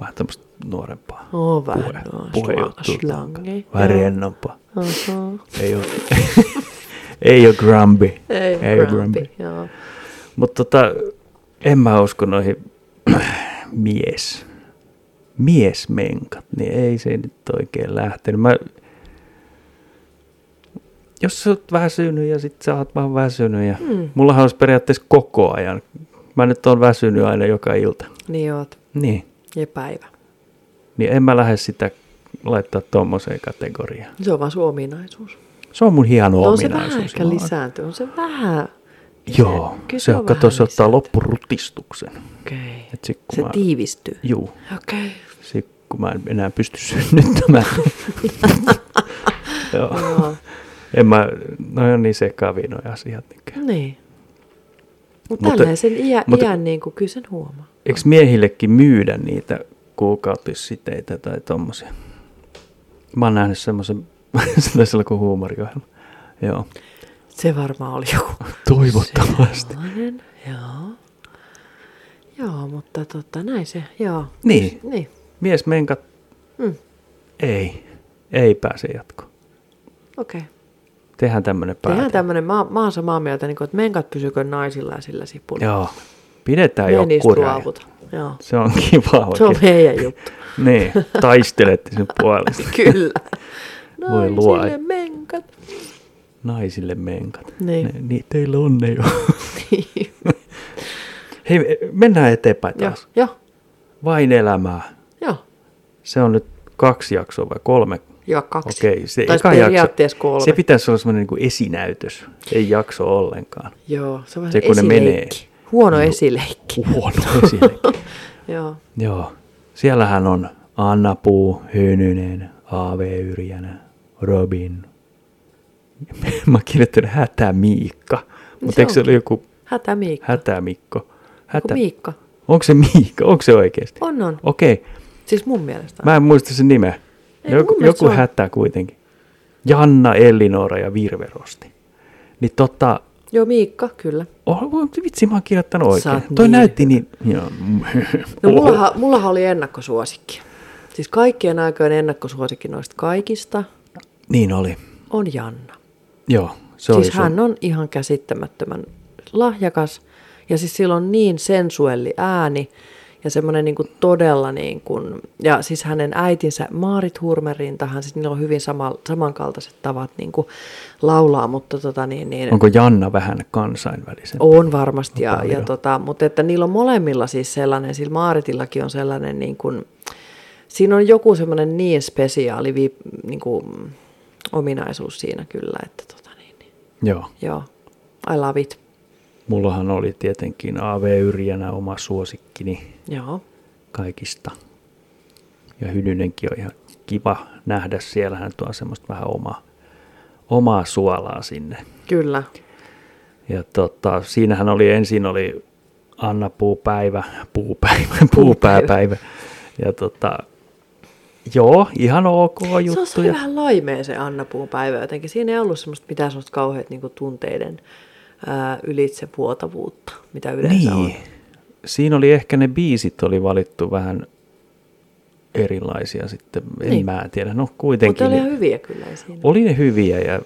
vähän tämmöistä nuorempaa.
Oo, vähän
puhe,
noin
puhe
slang- slangi.
Vähän
Joo.
rennompaa.
Uh-huh.
Ei ole, ei ole grumpy.
Ei,
oo
ei grumpy. Joo.
Mutta tota, en mä usko noihin mies. Miesmenkat, niin ei se nyt oikein lähtenyt. Mä, jos sä oot väsynyt ja sit sä oot vaan väsynyt. Ja,
Hmm.
mm. Mullahan olisi periaatteessa koko ajan. Mä nyt oon väsynyt aina joka ilta.
Niin oot.
Niin,
Ja päivä.
niin en mä lähde sitä laittaa tommoseen kategoriaan.
Se on vaan sun ominaisuus.
Se on mun hieno
No, on se vähän
ominaisuus.
ehkä
Mä-
lisääntyy, on se vähän.
Joo,
Kyllä
se
se
on,
on
kato,
vähän
se ottaa
lisääntynyt.
loppurutistuksen.
Okei.
Et sit, kun
Se
mä,
tiivistyy.
juu,
Okei.
Sitten kun mä en enää pysty synnyttämään. Joo.
Joo.
En mä, no on niin sekavia noi asiat. Niin.
Niin. Mut
Mutta-
mutta tälleen sen iä,
mutta-
iän niin kuin kyllä sen huomaa.
Eikö miehillekin myydä niitä kuukautissiteitä tai tommosia? Mä oon nähnyt semmoisen, se taisi olla kuin huumoriohjelma. Joo,
Se varmaan oli joku.
toivottavasti.
Sellainen, joo. Joo, mutta tota, näin se, joo.
Niin.
Niin.
Mies menkat,
Mm.
ei, ei pääse jatkoon.
Okei.
Tehdään tämmönen päätös.
Tehdään tämmöinen, mä, mä oon samaa mieltä, niin kuin, että menkat pysykö naisilla ja sillä sipulla.
Joo, pidetään
Me ei
joku
niistä
kuria.
luovuta. Joo.
Se on kiva
Se on
oikein.
meidän juttu.
Niin, taistelette sen puolesta.
Kyllä.
Voi luoja.
Naisille menkat.
naisille menkat.
Niin.
Ne, niin teillä on ne jo. Hei, mennään eteenpäin
Joo,
taas.
joo,
Vain elämää.
joo.
Se on nyt kaksi jaksoa vai kolme
ja kaksi.
Okei, se
tai
eka
periaatteessa
jakso,
kolme.
se pitäisi olla semmoinen niin esinäytös, ei jakso ollenkaan.
Joo, se on vähän
Se, kun ne
esileikki. Huono
No,
esileikki.
Huono esimerkki.
Joo.
Joo, siellähän on Anna Puu, Hynynen, A.V. Yrjänä, Robin. Mä oon kirjoittanut Hätämiikka, mutta
se
eikö se
onkin.
ole joku
Hätämiikka.
Hätämikko?
Hätä... Miikka.
Onko se Miikka? Onko se oikeasti?
On, on.
Okei,
Siis mun mielestä.
mä en muista sen nimeä.
Ei, mun
joku
mielestä
joku
se on.
hätä kuitenkin. Janna, Ellinora ja Virverosti. Niin tota,
Joo, Miikka, kyllä.
oh, voi, vitsi mä oon kirjoittanut
Sä
oikein.
oot
Toi
niin
näytti niin... Joo. Oh.
No mullahan, mullahan oli ennakkosuosikki. Siis kaikkien aikojen ennakkosuosikki noista kaikista
Niin oli.
on Janna.
Joo, se
Se
oli
siis
sun-
hän on ihan käsittämättömän lahjakas ja siis sillä on niin sensuelli ääni ja semmoinen niin kuin todella niin kuin, ja siis hänen äitinsä Maarit Hurmerintahan, siis niillä on hyvin sama, samankaltaiset tavat niin kuin laulaa, mutta tota niin, niin
Onko Janna vähän kansainvälisen?
on varmasti, ja, ja
paljon.
tota, mutta että niillä on molemmilla siis sellainen, sillä Maaritillakin on sellainen niin kuin, siinä on joku semmoinen niin spesiaali vi, niin kuin, ominaisuus siinä kyllä, että tota niin, niin.
Joo.
Joo, I love it.
Mullahan oli tietenkin AV Yrjänä oma suosikkini
Joo,
kaikista. Ja Hynynenkin on ihan kiva nähdä. Siellä hän tuo semmoista vähän omaa, omaa suolaa sinne.
kyllä.
Ja tota, siinähän oli ensin oli Anna Puupäivä, Puupäivä, Puupääpäivä. Ja tota, joo, ihan ok
Se on se
juttuja.
vähän laimea se Anna Puun päivä jotenkin. Siinä ei ollut semmoista mitään semmoista kauheat niin tunteiden ää, ylitse vuotavuutta, mitä yleensä on.
Niin. Siinä oli ehkä ne biisit oli valittu vähän erilaisia sitten, en
Niin.
niin. mä tiedä. No
Mutta
kuitenkin.
oli ihan
Oli,
hyviä kyllä ei siinä.
oli ne hyviä ja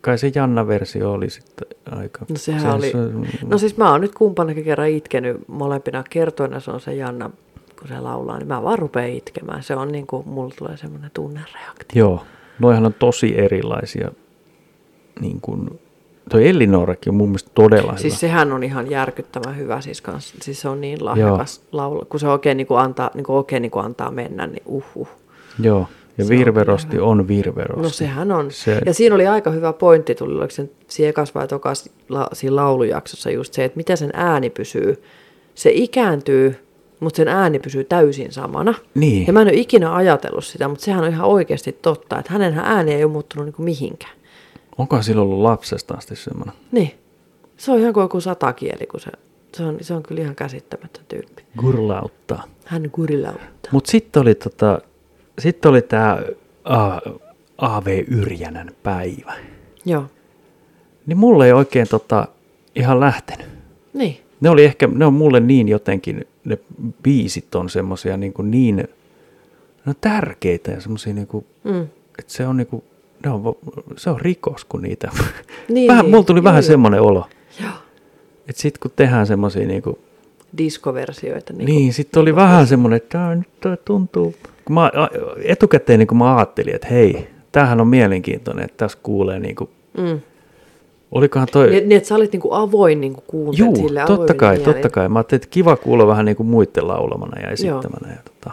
kai se Janna-versio oli sitten aika...
No sehän oli.
se-
No siis mä oon nyt kumpanakin kerran itkenyt molempina kertoina, se on se Janna, kun se laulaa, niin mä vaan rupean itkemään. Se on niin kuin, mulla tulee semmoinen tunnereaktio.
Joo, noihan on tosi erilaisia. Niin kuin, toi Ellinorakin on mun mielestä todella
Siis
hyvä.
sehän on ihan järkyttävän hyvä, siis, kans, siis se on niin lahjakas laulu, kun se oikein, niin kuin antaa, niin kuin oikein niin kuin antaa mennä, niin uhuh.
Joo, ja
se on
Virverosti on Virverosti.
No sehän on. Se...
Se-
Ja siinä oli aika hyvä pointti, tuli oliko sen siinä ekas vai tokas la, siinä laulujaksossa just se, että miten sen ääni pysyy. Se ikääntyy, mutta sen ääni pysyy täysin samana.
Niin.
Ja mä en ole ikinä ajatellut sitä, mutta sehän on ihan oikeasti totta, että hänen ääni ei ole muuttunut niinku mihinkään.
Onkohan sillä ollut lapsesta asti semmoinen?
Niin. Se on ihan kuin joku satakieli, kun se, se, on, se on kyllä ihan käsittämätön tyyppi.
Gurlauttaa.
Hän kurilauttaa.
Mutta sitten oli, tota, sit oli tämä A.V. Yrjänän päivä.
Joo.
Niin mulle ei oikein tota, ihan lähtenyt.
Niin.
Ne oli ehkä, ne on mulle niin jotenkin, ne biisit on semmosia niin, kuin niin ne on tärkeitä ja semmosia niin kuin,
Mm.
että se on niin kuin, ne on, va- se on rikos, kun niitä...
Niin,
Niin, vähän, mulla tuli
joo,
vähän
joo.
semmoinen olo,
Joo.
että sit kun tehdään semmosia niin kuin,
Diskoversioita. Niin,
Niin, niin sitten oli vähän semmoinen, että tämä nyt tää tuntuu. Kun mä, a- etukäteen niin kun mä ajattelin, että hei, tämähän on mielenkiintoinen, että tässä kuulee niin kuin,
Mm.
olikohan toi...
Niin, niin, että sä olit niinku avoin niinku kuuntelet
Juu,
sille
totta
avoimin
kai,
mielin.
totta kai. Mä ajattelin, että kiva kuulla vähän niin kuin muiden laulamana ja
Joo.
esittämänä. Ja tota.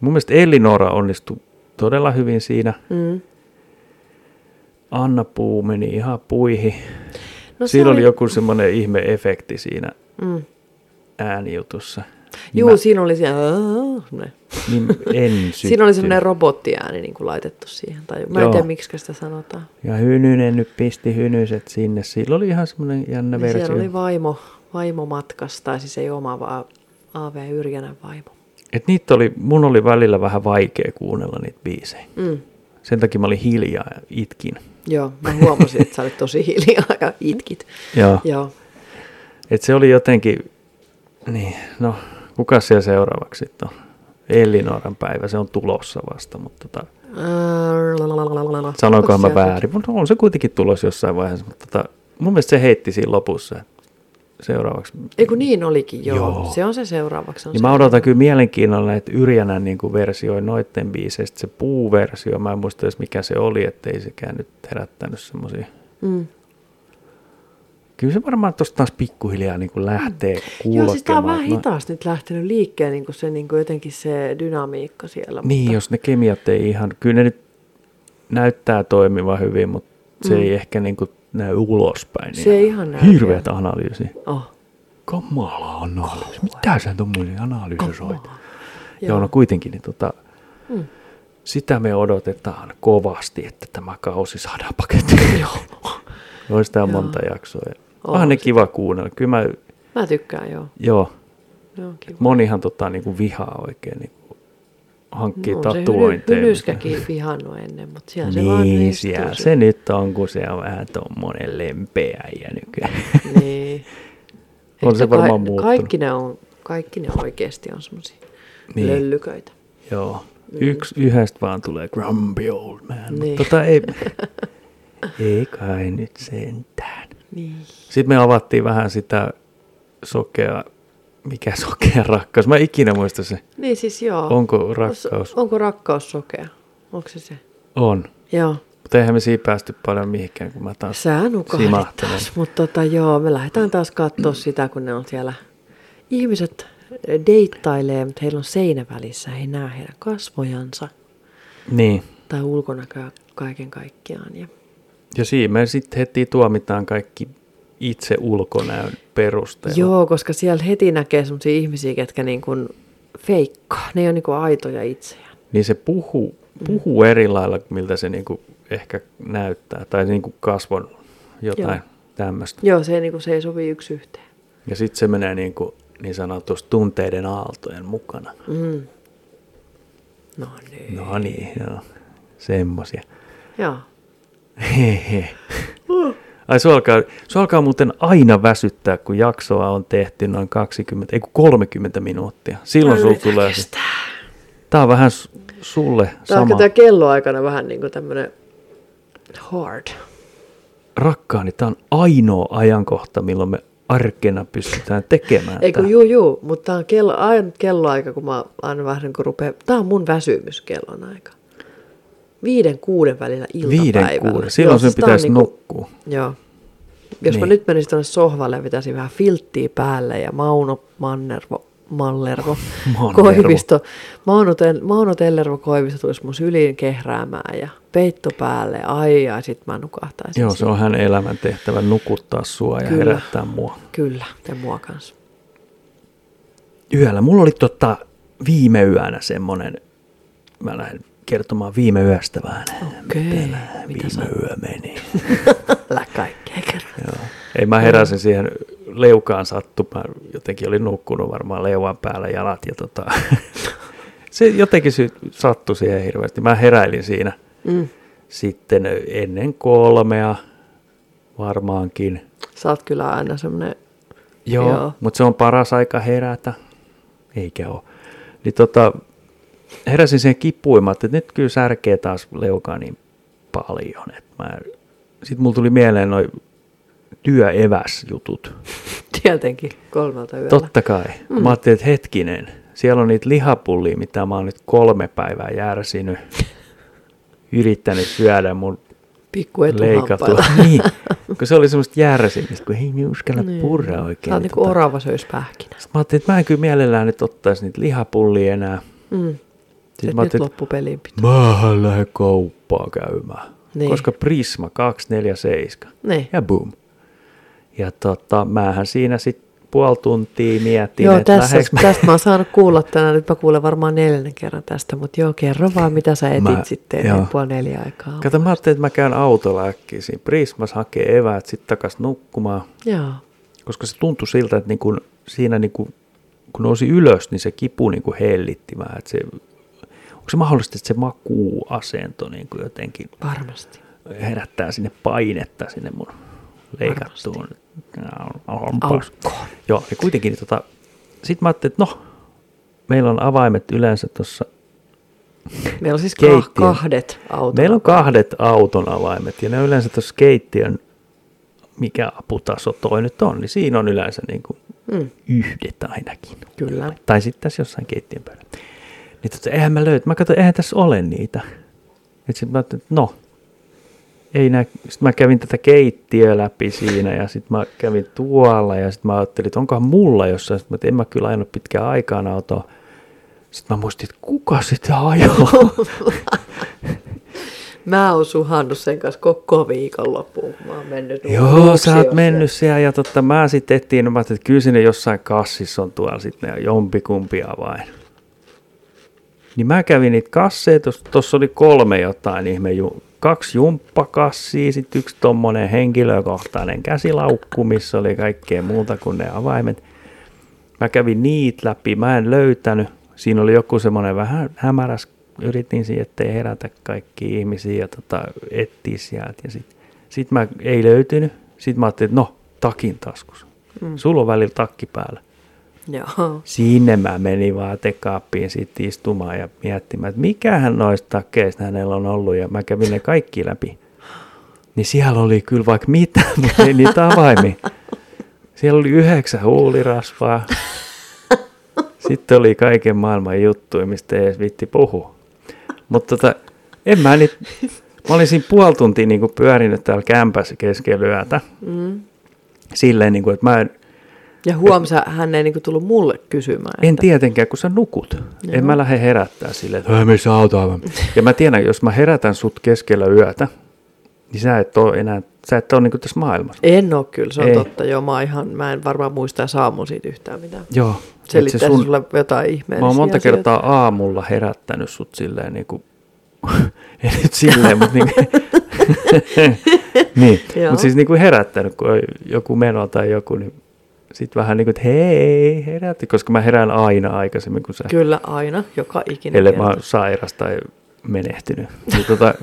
Mun mielestä Elinora onnistui todella hyvin siinä.
Mm.
Anna Puu meni ihan puihin.
No
No,
se
siinä oli
oli-
joku semmoinen ihme-efekti siinä
Mm.
äänijutussa. Niin
Juu,
mä-
mä... siinä oli siellä...
niin en
Siinä oli semmoinen
syttynyt.
robottiääni niin kuin laitettu siihen. Tai, mä en
Joo.
tiedä, miksi sitä sanotaan.
Ja Hynynen nyt pisti hynyset sinne. Sillä oli ihan semmoinen jännä
Niin
versio.
siellä oli vaimo, vaimo matkassa, tai siis ei oma, vaan A.V. Yrjänän vaimo.
Et niitä oli, mun oli välillä vähän vaikea kuunnella niitä biisejä.
Mm.
Sen takia mä olin hiljaa ja itkin.
Joo, mä huomasin, että sä olit tosi hiljaa ja itkit.
Joo.
Joo.
Et se oli jotenkin, niin, no, kuka siellä seuraavaksi sitten on? Elinoran päivä, se on tulossa vasta, mutta tota,
Ää,
sanoinkohan mä
sieltä-
väärin, mutta on se kuitenkin tulos jossain vaiheessa, mutta tota, mun mielestä se heitti siinä lopussa että seuraavaksi.
Ei kun niin olikin, joo. joo.
Joo.
Se on se seuraavaksi. On
Niin
se.
mä odotan kyllä mielenkiinnolla, että Yrjänän niin kuin versioi noitten biiseistä se puuversio, mä en muista edes mikä se oli, ettei sekään nyt herättänyt semmoisia.
Mm.
Kyllä se varmaan tuosta taas pikkuhiljaa niin kuin lähtee kuulokemaan.
Joo, siis tää on vähän
Mä-
hitaasti nyt lähtenyt liikkeelle niin kuin se niin kuin jotenkin se dynamiikka siellä.
Niin, jos ne kemiat ei ihan, kyllä ne nyt näyttää toimivan hyvin, mutta se ei ehkä niin kuin näy ulospäin.
Mm.
niin
Se ei ihan näy,
Hirveät analyysi.
Oh,
Kamala analyysi. Mitä sä tuommoinen analyysi soit? Joo.
Joo.
no kuitenkin niin tota,
Mm.
sitä me odotetaan kovasti, että tämä kausi saadaan pakettiin.
Joo.
Olisi tämä
Joo.
monta jaksoa. ja
On
Onhan ne
sitä.
kiva kuunnella. Kyllä mä,
Mä tykkään, joo.
joo,
Ne on kiva.
monihan tota, niin kuin vihaa oikein niin kuin hankkii
on No, se hyly-
tatuointeja.
Hylyskäkin vihannut ennen, mutta siellä se vaan
niin,
istuu
siellä
se.
se nyt on, kun se on vähän tuommoinen lempeä ja nykyään.
Niin.
On se
Ehkä
varmaan muuttunut.
Kaikki ne, on, kaikki ne oikeasti on semmoisia
Niin.
niin. löllyköitä.
Joo. Yksi yhdestä vaan tulee grumpy old man. Niin.
Niin.
Tota ei, ei kai nyt sentään.
Niin.
Sitten me avattiin vähän sitä sokea, mikä sokea rakkaus. Mä en ikinä muista se.
niin siis joo.
Onko rakkaus?
S- Onko rakkaus sokea? Onko se se?
On.
Joo.
Mutta eihän me siinä päästy paljon mihinkään, kun mä taas
Sä nukahdat
simahtelen.
taas, mutta tota, joo, me lähdetään taas katsoa sitä, kun ne on siellä. Ihmiset eh, deittailee, mutta heillä on seinä välissä, he ei näe heidän kasvojansa
Niin.
tai ulkonäköä kaiken kaikkiaan. Ja
Ja siinä me sitten heti tuomitaan kaikki itse ulkonäön perusteella.
Joo, koska siellä heti näkee sellaisia ihmisiä, ketkä niin kuin feikkaa. Ne ei ole niin kuin aitoja itseään.
Niin se puhuu,
Mm.
puhuu eri lailla, miltä se niinku ehkä näyttää. Tai niinku kasvon jotain
Joo.
tämmöistä.
Joo, se ei, niin kuin, se ei sovi yksi yhteen.
Ja sitten se menee niinku niin sanotusti tunteiden aaltojen mukana.
Mm. No niin.
No niin, joo. Semmosia.
Joo.
Hehe. Ai se alkaa, se alkaa muuten aina väsyttää, kun jaksoa on tehty noin 20, ei kun 30 minuuttia. Silloin sulla
Yritän
tulee... se-
kestää.
Tää on vähän s- sulle
Tämä on
sama.
ehkä tämä kelloaikana vähän niin kuin tämmöinen hard.
Rakkaani, tämä on ainoa ajankohta, milloin me arkena pystytään tekemään
Ei kun
tää.
juu, juu, mutta tämä on kello, aina kelloaika, kun mä aina vähän niin kuin rupean, tämä on mun väsymys kellonaika. Viiden kuuden välillä iltapäivällä.
Viiden kuuden. Silloin sen
siis tää on
pitäisi
niinku-
nukkua.
Joo. Jos niin. mä
Niin.
nyt menisin tuonne sohvalle ja pitäisin vähän filttiä päälle ja Mauno Mannervo, Mallervo,
Mannervo.
Koivisto, Mauno, Tel, Mauno Tellervo Koivisto tulisi mun syliin kehräämään ja peitto päälle, ai ja sit mä nukahtaisin.
Joo, se on hänen elämän tehtävä nukuttaa sua ja
Siis- Kyllä.
herättää mua.
Kyllä, ja mua kanssa.
Yöllä. Mulla oli tota viime yönä semmonen, mä lähden kertomaan viime yöstä vähän.
Okei,
Miten
Oh, mitä
viime yö meni.
Lä kaikkea kerran.
Joo. Ei mä heräsin siihen leukaan sattu. Mä jotenkin olin nukkunut varmaan leuan päällä jalat ja tota... se jotenkin sy- sattui siihen hirveästi. Mä heräilin siinä
Mm.
sitten ennen kolmea varmaankin.
Sä oot kyllä aina semmonen,
Joo, Joo.
Joo.
mutta se on paras aika herätä. Eikä ole. Niin tota, heräsin siihen kipuimaan, että nyt kyllä särkee taas leukaa niin paljon. Että mä... Sitten mulla tuli mieleen noin työeväsjutut.
tietenkin, kolmelta yöllä.
Totta kai. Mm. Mä ajattelin, että hetkinen, siellä on niitä lihapullia, mitä mä oon nyt kolme päivää järsinyt, yrittänyt syödä mun
Pikku
leikatua.
etuhampailla.
niin, kun se oli semmoista järsimistä, kun ei me uskalla niin. purra oikein.
Sä oot niinku orava söis pähkinä.
Sitten mä ajattelin, että mä en kyllä mielellään nyt ottaisi niitä lihapullia enää.
Mm.
Sitten
Et
Siis mä
nyt
ajattelin,
loppupeliin pitää.
että mä en lähde kauppaa käymään. Niin.
Niin.
Koska Prisma 247.
Niin.
Ja boom. Ja tota, määhän siinä sitten puoli tuntia mietin,
Joo,
että
tässä,
lähdeks mä
tästä mä oon saanut kuulla tänään, nyt mä kuulen varmaan neljännen kerran tästä, mutta joo, kerro vaan mitä sä etit
Mä-
mä, sitten
joo.
ennen puoli neljä aikaa.
Kato, mä ajattelin, että mä käyn autolla äkkiä siinä Prismas, hakee eväät, sitten takas nukkumaan.
Joo,
Koska se tuntui siltä, että niin kun siinä niin kun, kun nousi ylös, niin se kipu niin kun hellitti vähän. Että se, onko se mahdollista, että se makuuasento niin kun jotenkin
varmasti.
herättää sinne painetta sinne mun leikattuun hampaan.
Aukkoon.
Joo, ja kuitenkin niin tota, sitten mä ajattelin, että no, meillä on avaimet yleensä tuossa
Meillä on siis
Keittiö.
ka- kahdet autot.
Meillä on kahdet auton avaimet ja ne on yleensä tuossa keittiön, mikä aputaso toi nyt on, niin siinä on yleensä niin kuin
Mm,
yhdet ainakin.
kyllä.
Tai sitten tässä jossain keittiön päällä. Niin tota, eihän mä löyt, mä katsoin, eihän tässä ole niitä. Et sit mä ajattelin, että no, ei nää, sit mä kävin tätä keittiöä läpi siinä ja sitten mä kävin tuolla ja sitten mä ajattelin, että onkohan mulla jossain, sit mä, että en mä kyllä ajanut pitkään aikaan autoa. Sitten mä muistin, että kuka sitä ajaa.
Mä oon suhannut sen kanssa koko viikonloppuun, kun mä oon mennyt
Joo, sä oot mennyt siellä ja totta, mä sitten etsiin, no mä ajattelin, että kyllä sinne jossain kassissa on tuolla sitten ne jompikumpi avain. Niin mä kävin niitä kasseja, tuossa tossa oli kolme jotain ihme, ju- kaksi jumppakassia, sitten yksi tommonen henkilökohtainen käsilaukku, missä oli kaikkea muuta kuin ne avaimet. Mä kävin niitä läpi, mä en löytänyt. Siinä oli joku semmoinen vähän hämäräs, yritin siihen, ettei herätä kaikki ihmisiä ja tota, etsiä sieltä. Ja sitten sit mä ei löytynyt. Sitten mä ajattelin, että no, takin taskussa. Mm. Sulla on välillä takki päällä.
Joo.
Sinne mä menin vaatekaappiin sitten istumaan ja miettimään, että mikähän noista takkeista hänellä on ollut. Ja mä kävin ne kaikki läpi. Niin siellä oli kyllä vaikka mitä, mutta ei niitä avaimia. Siellä oli yhdeksän huulirasvaa. Sitten oli kaiken maailman juttuja, mistä ei edes vitti puhua. Mutta tota, en mä nyt... Mä olin siinä puoli tuntia niin kuin pyörinyt täällä kämpässä keskellä yötä.
Mm.
Silleen, niin kuin, että mä en,
Ja huomsa hän ei niinku tullut mulle kysymään.
en tietenkään, kun sä nukut. Joo. En mä lähde herättää silleen, että "Hei, missä auto on?" Ja mä tiedän, jos mä herätän sut keskellä yötä, niin sä et ole enää, sä et ole niin kuin tässä maailmassa.
En oo kyllä, se on
Ei.
ei. totta. Joo, mä, oon ihan, mä en varmaan muista saamun siitä yhtään mitään.
Joo. et se
Selittää sun... sulle jotain ihmeellisiä
Mä oon monta
asioita.
kertaa aamulla herättänyt sut silleen niin kuin, ei nyt silleen, mutta niin niin.
Joo.
Mut siis niin kuin herättänyt, kun on joku meno tai joku, niin sit vähän niin kuin, että hei, herätti, koska mä herään aina aikaisemmin kuin sä,
Kyllä aina, joka ikinen
ellei mä
kerta.
oon sairas tai menehtynyt. Niin, tota,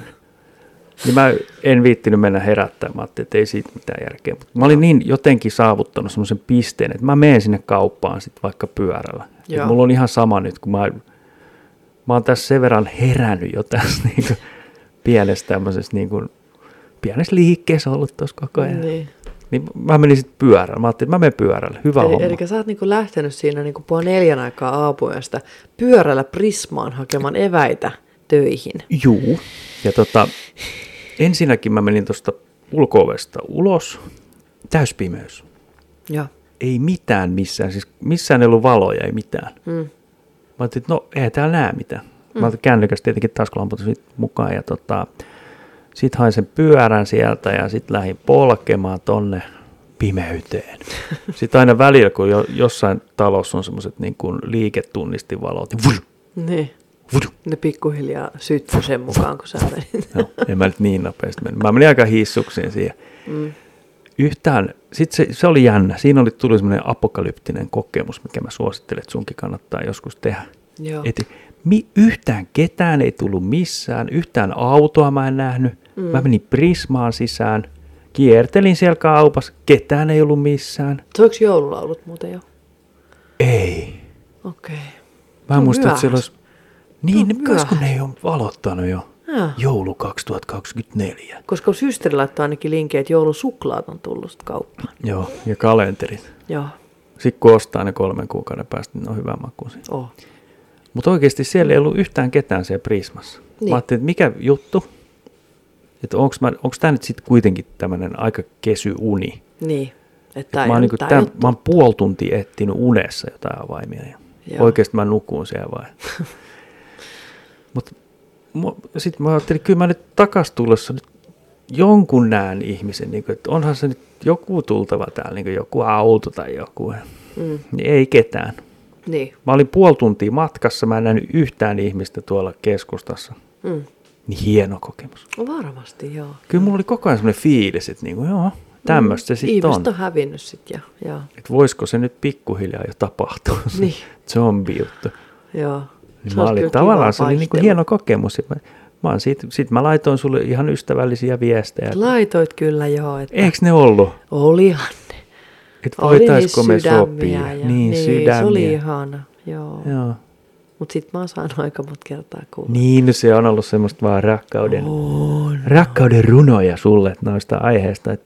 niin mä en viittinyt mennä herättämään, mä ajattelin, että ei siitä mitään järkeä. Mut mä olin niin jotenkin saavuttanut semmoisen pisteen, että mä menen sinne kauppaan sitten vaikka pyörällä. Et
Joo.
mulla on ihan sama nyt, kun mä mä oon tässä sen verran herännyt jo tässä niin kuin, pienessä tämmöisessä niin kuin, pienessä liikkeessä ollut tuossa koko ajan. Niin.
Niin.
niin mä menin sitten pyörällä. Mä ajattelin, että mä menen pyörällä. Hyvä
Eli,
homma.
eli sä oot niinku lähtenyt siinä niinku puoli neljän aikaa aapuyöstä pyörällä Prismaan hakemaan eväitä töihin.
Juu. Ja tota, ensinnäkin mä menin tuosta ulkoovesta ulos. Täyspimeys.
Joo.
Ei mitään missään. Siis missään ei ollut valoja, ei mitään.
Mm.
Mä ajattelin, että no ei täällä näe mitään. Mä otin kännykästä tietenkin taskulamput sit mukaan ja tota, sit hain sen pyörän sieltä ja sit lähdin polkemaan tonne pimeyteen. Sitten aina välillä, kun jo, jossain talossa on semmoiset niin kuin liiketunnistivalot, niin vudu,
Niin.
vudu.
Ne pikkuhiljaa syttyi sen mukaan, kun sä menit.
No, en mä nyt niin nopeasti mennyt. Mä menin aika hissuksiin siihen.
Mm.
Yhtään, sit se, se oli jännä. Siinä oli, tuli semmoinen apokalyptinen kokemus, mikä mä suosittelen, että sunkin kannattaa joskus tehdä.
Joo.
Et mi, yhtään ketään ei tullut missään, yhtään autoa mä en nähnyt. Mm. Mä menin Prismaan sisään, kiertelin siellä kaupassa, ketään ei ollut missään.
Soiko joululaulut muuten jo?
Ei.
Okei.
Mä en
on
muista, että siellä olisi...
myöhäistä.
Niin,
on
ne, myös kun ne
myöhäistä.
ei ole valottanut jo.
Ah.
Joulu 2024.
Koska systeri laittoi ainakin linkin, että joulusuklaat on tullut sit kauppaan.
Joo, ja kalenterit.
Joo.
Sitten kun ostaa ne kolmen kuukauden päästä, niin ne on hyvä makuisia.
Oh.
Mutta oikeasti siellä ei ollut yhtään ketään siellä Prismassa. Niin.
Niin.
Mä ajattelin, että mikä juttu, että onko tämä nyt sitten kuitenkin tämmöinen aika kesy uni.
Niin. Että tää ei
mä, oon
ole
niinku
tää
tämän,
juttu.
mä oon puoli tuntia etsinyt unessa jotain avaimia ja
Joo.
oikeasti mä nukuun siellä vai. Mutta sitten mä ajattelin, että kyllä mä nyt takas tullessa nyt jonkun näen ihmisen, niin että onhan se nyt joku tultava täällä, niin joku auto tai joku.
Mm.
Niin ei ketään.
Niin.
Mä olin puoli tuntia matkassa, mä en nähnyt yhtään ihmistä tuolla keskustassa.
Mm.
Niin hieno kokemus.
No varmasti, joo.
Kyllä mulla oli koko ajan semmoinen fiilis, että niinku, joo, tämmöistä se sitten on.
Ihmiset on hävinnyt sit ja, ja
Että voisiko se nyt pikkuhiljaa jo tapahtua, se
Niin.
zombi-juttu.
Joo.
Niin
Se
mä
olisi
olin,
kyllä
tavallaan
kiva
se oli niinku
vaihtelu.
hieno kokemus. Ja Mä, mä oon siitä, sit mä laitoin sulle ihan ystävällisiä viestejä. La-
Laitoit kyllä joo, että
Eikö ne ollut?
olihan ne.
Että
Oli
voitaisko me
sydämiä
sopia?
Ja,
niin, sydämiä.
Se oli ihana, joo.
Joo.
Mutta sit mä oon saanut aika monta kertaa kuulla.
Niin, no se on ollut semmoista vaan rakkauden,
Oh. On.
rakkauden runoja sulle noista aiheista. Että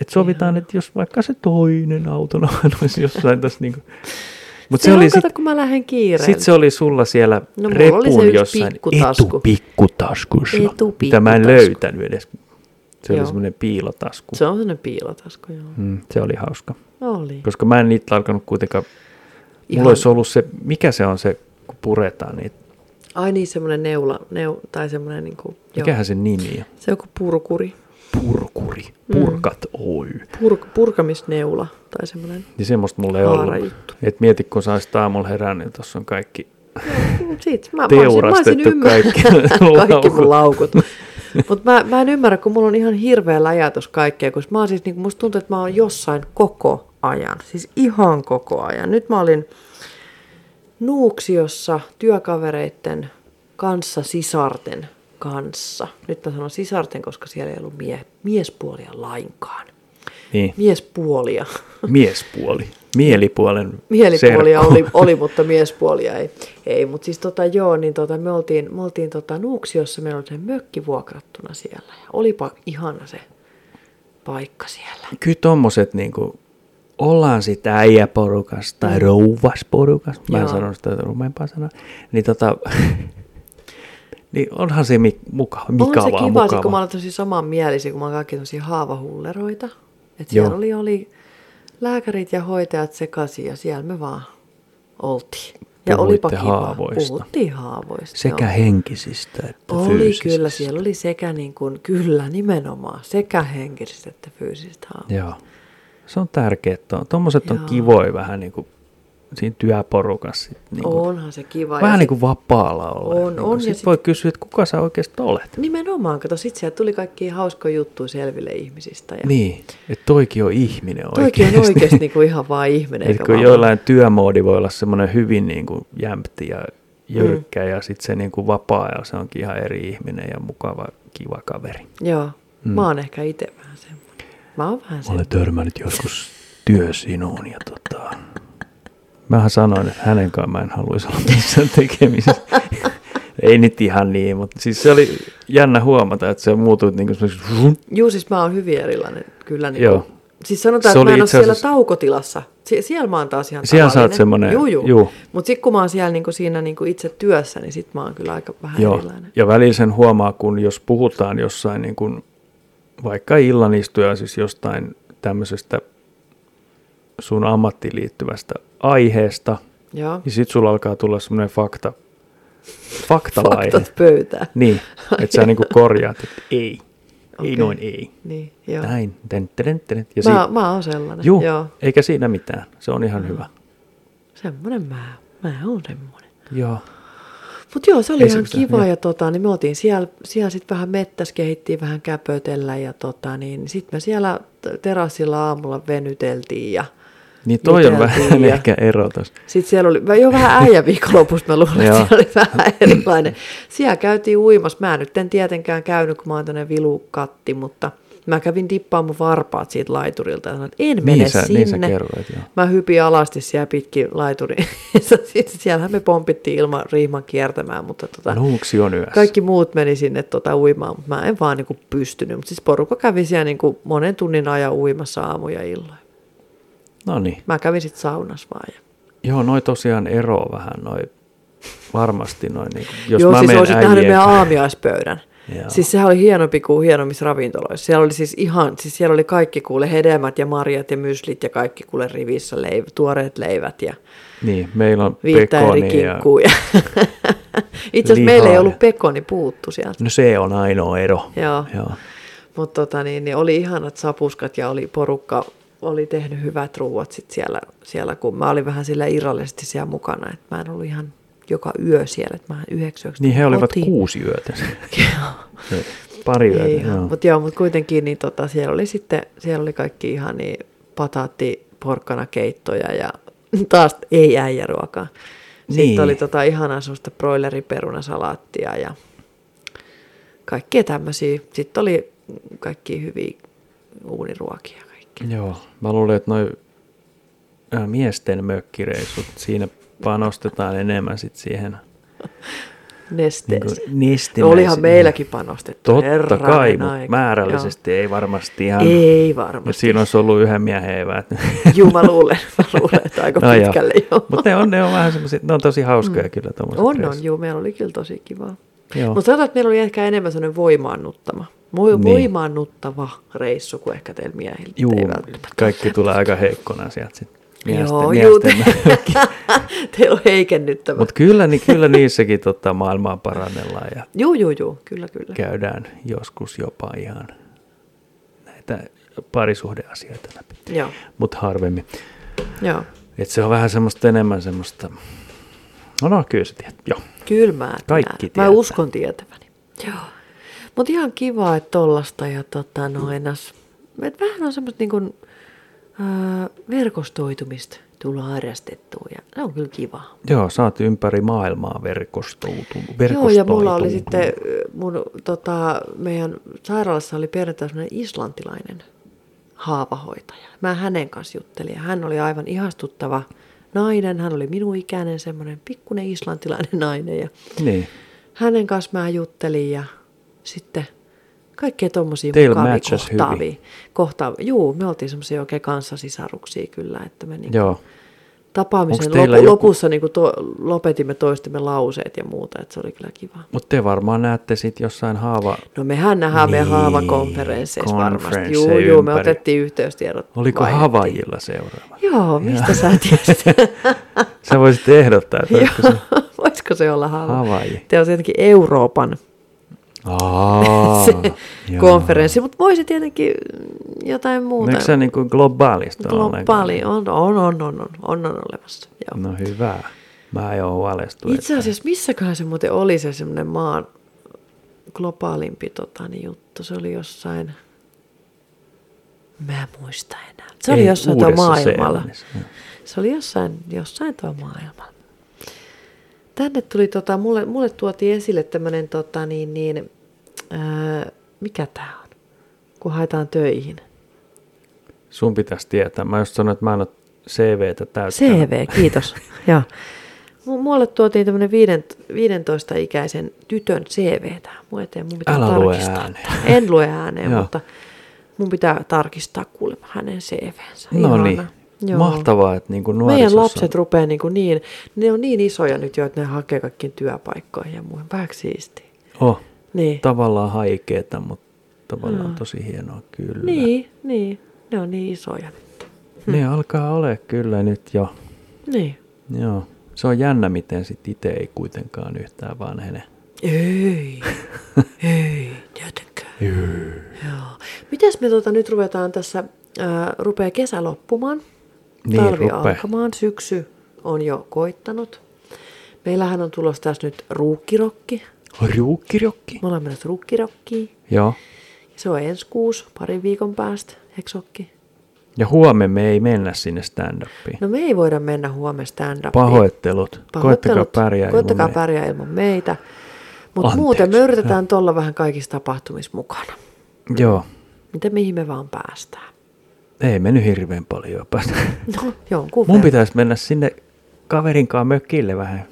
et sovitaan, että jos vaikka se toinen auton olisi jossain tässä niinku. Mut
Se, se oli sit... kun mä lähden kiireellä.
Sitten se oli sulla siellä no,
No, mulla oli se
repun
yksi
jossain
pikkutasku.
etupikkutaskussa,
Etupikkutasku.
mitä mä en löytänyt edes. Se oli
Joo.
semmoinen piilotasku.
se on sellainen piilotasku, joo.
Mm, se oli hauska,
Oli.
koska mä en niitä alkanut kuitenkaan, mulla
Ihan-
olisi ollut se, mikä se on se, kun puretaan niitä
Ai niin, semmoinen neula, neu, tai semmoinen niin kuin, joo.
Mikähän sen nimi on?
Se on joku purkuri,
Purkuri.
Mm.
Purkat Oy.
Purk, purkamisneula tai semmoinen.
Niin semmoista mulla ei ollut.
Haara juttu.
Et mieti, kun saisi aamulla herään, niin tuossa on kaikki
Mut Siitä, mä, mä olisin, mä olisin
Teurastettu
ymmär...
kaikki
kaikki
laukut.
mun laukut. Mutta mä, mä en ymmärrä, kun mulla on ihan hirveä läjätys kaikkea, koska mä oon siis, niin musta tuntuu, että mä oon jossain koko ajan. Siis ihan koko ajan. Nyt mä olin Nuuksiossa työkavereitten kanssa, sisarten kanssa. Nyt mä sanon sisarten, koska siellä ei ollut mie- miespuolia lainkaan.
niin,
Miespuolia.
miespuoli. Mielipuolen
Mielipuolia
serkku.
oli, oli, mutta miespuolia ei. ei mutta siis tota, joo, niin tota, me oltiin, me oltiin tota, Nuuksiossa, meillä oli se mökki vuokrattuna siellä. Ja olipa ihana se paikka siellä.
Kyllä tommoset niinku, ollaan sitä äijäporukasta tai rouvasporukasta, mä en
Mm. Joo.
sano sitä rumempaa sanaa, niin tota, niin onhan se mi- mukava, mukavaa,
On se kiva, sit,
mukavaa.
kun mä olen tosi samanmielisiä, kun mä olen kaikki tosi haavahulleroita. Et siellä
Joo.
oli, oli lääkärit ja hoitajat sekaisin ja siellä me vaan oltiin. Ja
Puhuitte
olipa kiva.
haavoista.
Puhuttiin haavoista.
Sekä
joo.
henkisistä että
Oli
fyysisistä.
kyllä, siellä oli sekä niin kuin, kyllä nimenomaan, sekä henkisistä että fyysisistä haavoista.
Joo. Se on tärkeää. Tuommoiset on
Joo.
kivoja vähän niin kuin siinä työporukassa. Sit niin kuin,
Onhan se kiva.
vähän
ja
niin
sit-
kuin vapaalla olla.
On,
niin
on, ja
Sitten
sit-
voi kysyä, että kuka sä oikeasti olet.
Nimenomaan, kato, sit sieltä tuli kaikki hauskoja juttuja selville ihmisistä. Ja
Niin, että toikin on ihminen
Toikin
oikeasti.
on oikeasti niinku ihan vaan ihminen.
Et
eikä
kun
vaan-
joillain työmoodi voi olla semmoinen hyvin niin kuin jämpti ja jyrkkä mm. ja sitten se niin kuin vapaa-ajalla se onkin ihan eri ihminen ja mukava, kiva kaveri.
Joo,
Mm.
mä oon ehkä itse vähän semmoinen. Mä oon vähän
Mä olen
semmoinen.
törmännyt joskus työ sinuun ja tota... Mähän sanoin, että hänen kanssa mä en haluaisi olla missään tekemisissä. Ei nyt ihan niin, mutta siis se oli jännä huomata, että se muutui niin kuin
Juu, siis mä oon hyvin erilainen kyllä. Niinku.
Joo.
Joo. Siis sanotaan,
Se
että mä
oli
en ole
itse
siellä
asiassa-
taukotilassa. Sie- siellä mä oon taas ihan
Siellä sä oot
tavallinen.
semmonen-
Juu, juu.
juu.
Mutta sitten kun mä oon siellä niinku siinä niinku itse työssä, niin sit mä oon kyllä aika vähän
Joo,
erilainen.
ja välillä sen huomaa, kun jos puhutaan jossain niin kuin, vaikka illanistuja, siis jostain tämmöisestä sun ammattiin liittyvästä aiheesta,
Joo.
niin sit sulla alkaa tulla semmoinen fakta, faktalaihe.
Faktat pöytään.
Niin, että sä niinku korjaat, että ei, okay. ei
Okei.
noin ei.
Niin, joo.
Näin, tän, tän, tän, ja
Mä,
siitä,
mä oon sellainen.
juu,
Joo.
eikä siinä mitään, se on ihan hyvä.
Semmonen mä, mä oon semmonen.
Joo,
Mutta joo, se oli
Ei se
ihan
mitään,
kiva
joo.
ja tota, niin me oltiin siellä, siellä sitten vähän mettäs, kehittiin vähän käpötellä ja tota, niin sitten me siellä t- terassilla aamulla venyteltiin ja
niin toi on
Juteltiin
vähän
ja-
ehkä ero tässä.
sitten siellä oli, jo vähän äijä viikonlopussa mä luulen, että
Joo.
siellä oli vähän erilainen. Siellä käytiin uimassa, mä nyt en tietenkään käynyt, kun mä oon tämmöinen vilukatti, mutta mä kävin dippaamaan mun varpaat siitä laiturilta ja sanoin, että en mene
Niin sä,
sinne.
niin sä kerroit, joo.
Mä hypin alasti siellä pitkin laituri. Sitten siellähän me pompittiin ilman riihman kiertämään, mutta tota,
Nuuksi on yössä.
kaikki muut meni sinne tota uimaan, mutta mä en vaan niinku pystynyt. Mutta siis porukka kävi siellä niinku monen tunnin ajan uimassa aamuja ja illoin.
No niin.
Mä kävin sitten saunassa vaan. Ja...
Joo, noi tosiaan eroaa vähän noi, varmasti noin. Niin, jos
Joo,
mä
siis
menen
olisit nähnyt
äijien
meidän
kanssa-
aamiaispöydän.
Joo.
Siis sehän oli hienompi kuin hienommissa ravintoloissa. Siellä oli siis ihan, siis siellä oli kaikki kuule hedelmät ja marjat ja myslit ja kaikki kuule rivissä, leiv, tuoreet leivät ja
Niin, meillä on
viittä eri
pekoni ja...
kinkkuja. Itse asiassa meillä ei
lihaa
ollut
ja-
pekoni puuttu sieltä.
No se on ainoa ero.
Joo.
Joo.
Mutta tota, niin, niin oli ihanat sapuskat ja oli porukka oli tehnyt hyvät ruuat sit siellä, siellä, kun mä olin vähän sillä irrallisesti siellä mukana, että mä en ollut ihan joka yö siellä, että mä yhdeksi yöksi
Niin he olivat
kotiin.
kuusi yötä. Ei, Pari yötä,
Ei
joo.
ihan, mutta joo, mut kuitenkin niin tota, siellä oli sitten, siellä oli kaikki ihan niin pataatti, porkkana keittoja ja taas ei äijäruokaa. Sitten
Niin.
oli tota ihanaa semmoista broileriperunasalaattia ja kaikkea tämmöisiä. Sitten oli kaikki hyviä uuniruokia ja kaikki.
Joo, mä luulen, että noi ää, miesten mökkireissut, siinä panostetaan enemmän sit siihen niin
Nesteisiä.
nestimäisiin.
no olihan meilläkin panostettu.
Totta
herranen
kai, mutta
aika.
määrällisesti joo. ei varmasti
Joo.
ihan.
Ei
Mutta
varmasti.
siinä olisi ollut yhden miehen eväät.
Juu, mä luulen, mä luulen, että aika pitkälle joo.
Mutta ne on, ne on vähän semmoisia, ne on tosi hauskoja mm. kyllä tuommoiset
On, on, joo, meillä oli kyllä tosi kivaa.
Joo.
Mutta sanotaan, että meillä oli ehkä enemmän sellainen voimaannuttama. Voi,
Niin.
Voimaannuttava reissu kuin ehkä teillä miehillä.
Juu,
ei välttämättä.
kaikki tulee aika heikkona sieltä sitten. Miesten,
Joo, juu,
miesten.
teillä on heikennyttävä. Mut.
Mutta kyllä, niin, kyllä niissäkin tota, maailmaa parannellaan ja
Juu, juu, juu, kyllä, kyllä.
käydään joskus jopa ihan näitä parisuhdeasioita läpi,
Joo,
mutta harvemmin.
joo.
Et se on vähän semmoista enemmän semmoista, no no kyllä sä tiedät, joo.
Kylmää.
Kaikki
Mä
tietää.
uskon tietäväni. Joo. Mutta ihan kiva, että tollasta ja tota noin. as- Et vähän on semmoista niin kuin, äh, verkostoitumista tulla harrastettua ja se on kyllä kivaa.
Joo, sä oot ympäri maailmaa verkostoutunut.
Joo, ja mulla oli
verkostoitunut.
sitten, äh, mun, tota, meidän sairaalassa oli perjantai semmoinen islantilainen haavahoitaja. Mä hänen kanssa juttelin ja hän oli aivan ihastuttava nainen. Hän oli minun ikäinen semmoinen pikkuinen islantilainen nainen ja
Niin,
hänen kanssa mä juttelin ja sitten kaikkea tommosia
Teillä
mukavia
matchas
kohtaavia.
hyvin.
kohtaavia. Juu, me oltiin semmoisia oikein kanssasisaruksia kyllä, että me niinku
joo.
tapaamisen
Onks teillä
lopu,
joku-
lopussa niinku to, lopetimme toistemme lauseet ja muuta, että se oli kyllä kiva.
Mutta te varmaan näette sitten jossain haava...
No mehän nähdään niin, meidän
Niin,
haavakonferensseissa varmasti.
konferensseja
Juu, juu, me
ympäri.
otettiin yhteystiedot.
Oliko
vaihdettiin.
Havajilla seuraava?
Joo, mistä sä tiesit?
Sä voisit ehdottaa, että olisiko se
Joo, Voisiko se olla haava?
Havaji.
Te on tietenkin Euroopan
Aa,
se
joo.
konferenssi, mutta voisi tietenkin jotain muuta.
Eikö se niin kuin globaalista ole
Globaali
ollenkaan?
on, on, on, on, on, on, on olemassa. Joo.
No hyvä. Mä en ole huolestunut.
Itse asiassa missäköhän se muuten oli se semmoinen maan globaalimpi tota, niin juttu. Se oli jossain, mä en muista enää. Se oli
Ei,
jossain tuolla
Uudessa-Seelannissa.
maailmalla.
Joo.
Se oli jossain, jossain tuolla maailmalla. Tänne tuli, tota, mulle, mulle tuotiin esille tämmöinen, tota, niin, niin, ää, mikä tämä on, kun haetaan töihin.
Sun pitäisi tietää. Mä just sanoin, että mä en ole CVtä täyttänyt.
CV, kiitos. ja. Mulle tuotiin tämmöinen 15 ikäisen tytön CV tähän mun eteen. Mun pitää
Älä lue
tarkistaa.
ääneen.
tää. En lue ääneen,
Joo.
mutta mun pitää tarkistaa kuulemma hänen CVnsä.
No niin.
Ihana.
Mahtavaa, että niin kuin
Meidän
nuorisossa...
lapset rupeaa niin, kuin niin, ne on niin isoja nyt jo, että ne hakee kaikkiin työpaikkoihin ja muihin. Vähäksi siistiä.
Oh,
Niin.
tavallaan haikeeta, mutta tavallaan
Mm.
tosi hienoa kyllä.
niin, Hmm. niin. Ne on niin isoja nyt.
Ne Niin, alkaa ole kyllä nyt jo.
Niin.
Joo. Se on jännä, miten sit itse ei kuitenkaan yhtään vanhene.
Ei, ei, tietenkään. Joo. Mites me tota, nyt ruvetaan tässä, ää, rupeaa kesä loppumaan,
Niin,
talvi
rupee.
alkamaan, syksy on jo koittanut. Meillähän on tulossa tässä nyt ruukkirokki.
Ruukkirokki?
Me ollaan menossa ruukkirokkiin.
Joo.
Se on ensi kuussa, parin viikon päästä, eikö sokki?
Ja huomenna me ei mennä sinne stand-upiin.
No me ei voida mennä huomenna stand
Pahoittelut. Koettakaa pärjää
Koittakaa
ilman meitä.
pärjää ilman meitä. Mutta
Anteeksi.
muuten me yritetään tuolla vähän kaikissa tapahtumissa mukana.
Joo.
Mitä mihin me vaan päästään.
Ei mennyt hirveän paljon päästä.
No, jonkun
Mun
verran.
pitäisi mennä sinne kaverinkaan mökille vähän.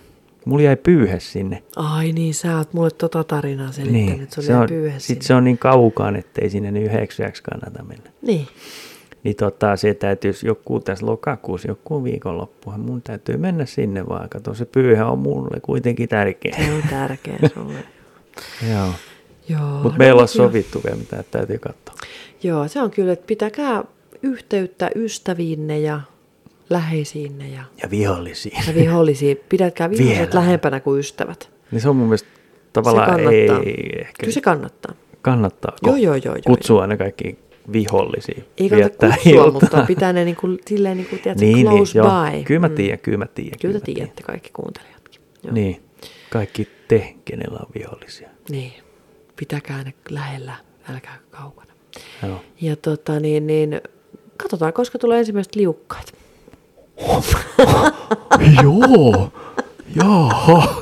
Mulla jäi pyyhe sinne.
Ai niin, sä oot mulle tota tarinaa selittänyt, niin, se oli
on,
pyyhe
sit
sinne.
se on niin kaukaan, ettei sinne niin yhdeksi yöksi kannata mennä.
Niin,
Niin tota, se täytyisi joku tässä lokakuussa, joku viikonloppuhan mun täytyy mennä sinne vaan. Kato, se pyyhä on mulle kuitenkin tärkeä.
se on tärkeä sulle.
Joo.
Joo.
Mutta me ei
no,
olla
joo.
sovittu vielä, mitä että täytyy katsoa.
Joo, se on kyllä, että pitäkää yhteyttä ystäviinne ja läheisiinne ja,
Ja vihollisia.
ja vihollisiin. Pidätkää viholliset
Vielä.
lähempänä kuin ystävät.
Niin se on mun mielestä
se
tavallaan
kannattaa.
ei ehkä.
Kyllä se kannattaa.
kannattaa
Joo, joo, joo, joo,
kutsua aina kaikki vihollisia.
Ei kannata
viettää
kutsua,
iltaa.
mutta pitää ne niin kuin, silleen niin kuin, tiedätkö,
niin, niin,
close
joo.
by.
Kyllä mä
Mm.
tiedän, kyllä mä tiedän.
Kyllä
mä
te tiedätte kaikki kuuntelijatkin. Joo.
Niin, kaikki te, kenellä on vihollisia.
niin. Pitäkää ne lähellä, älkää kaukana.
Joo.
Ja tota niin, niin katsotaan, koska tulee ensimmäiset liukkaat.
joo, jaha.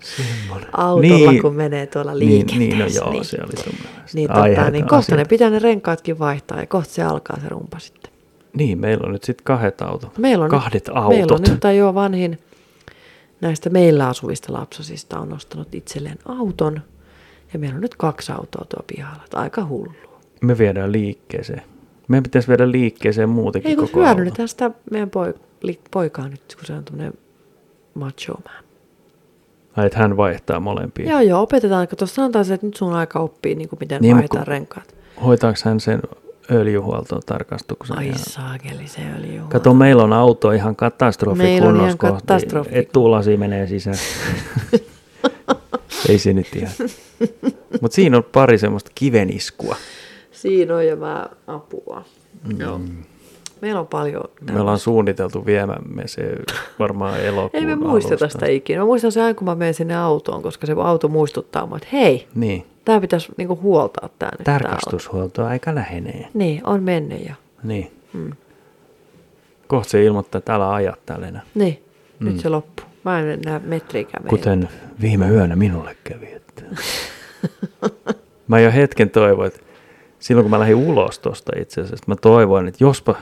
Semmoinen.
Autolla, niin, kun menee tuolla
niin,
liikenteessä.
niin, no joo, niin. se oli semmoinen.
niin, tota,
aiheita,
niin kohta ne
asioita.
pitää ne renkaatkin vaihtaa ja kohta se alkaa se rumpa sitten.
Niin, meillä on nyt sitten kahdet autot.
Meillä on
kahdet
nyt,
autot.
Meillä on nyt tai joo vanhin näistä meillä asuvista lapsosista on ostanut itselleen auton. Ja meillä on nyt kaksi autoa tuo pihalla. että Aika hullu.
Me viedään liikkeeseen. Meidän pitäisi viedä liikkeeseen muutenkin
Ei kun
koko auto.
hyödynnetään sitä meidän poi, li, poikaa nyt, kun se on tämmöinen macho man.
Ai, että hän vaihtaa molempia.
Joo, joo, opetetaan. Kato, sanotaan se, että nyt sun aika oppii, niin kuin miten
Niin,
niin,
mut
vaihdetaan
kun-
renkaat.
Hoitaako hän sen öljyhuoltoon tarkastuksen.
Ai
ja-
saakeli se öljy.
Kato, meillä on auto ihan katastrofi
Meillä on
kunnossa
ihan
kohti.
katastrofi.
Etulasi menee sisään. Ei se nyt ihan. Mutta siinä on pari semmoista kiveniskua.
Siinä on jo vähän apua. Mm. Joo. Meillä on paljon
Me ollaan suunniteltu viemämme se varmaan elokuun
Ei me muisteta
alusta.
sitä ikinä. Mä muistan sen aina, kun mä menen sinne autoon, koska se auto muistuttaa mua, että hei,
Niin.
tämä pitäisi niinku huoltaa tämä nyt. tää auto.
Tarkastushuolto aika lähenee.
Niin, on mennyt jo.
Niin. Mm. Kohta se ilmoittaa, että älä aja täällä enää.
Niin, mm. nyt se loppuu. Mä en enää metriikään mene.
Kuten viime yönä minulle kävi. Että... mä jo hetken toivoin, että silloin kun mä lähdin ulos tuosta itse asiassa, mä toivoin, että jospa,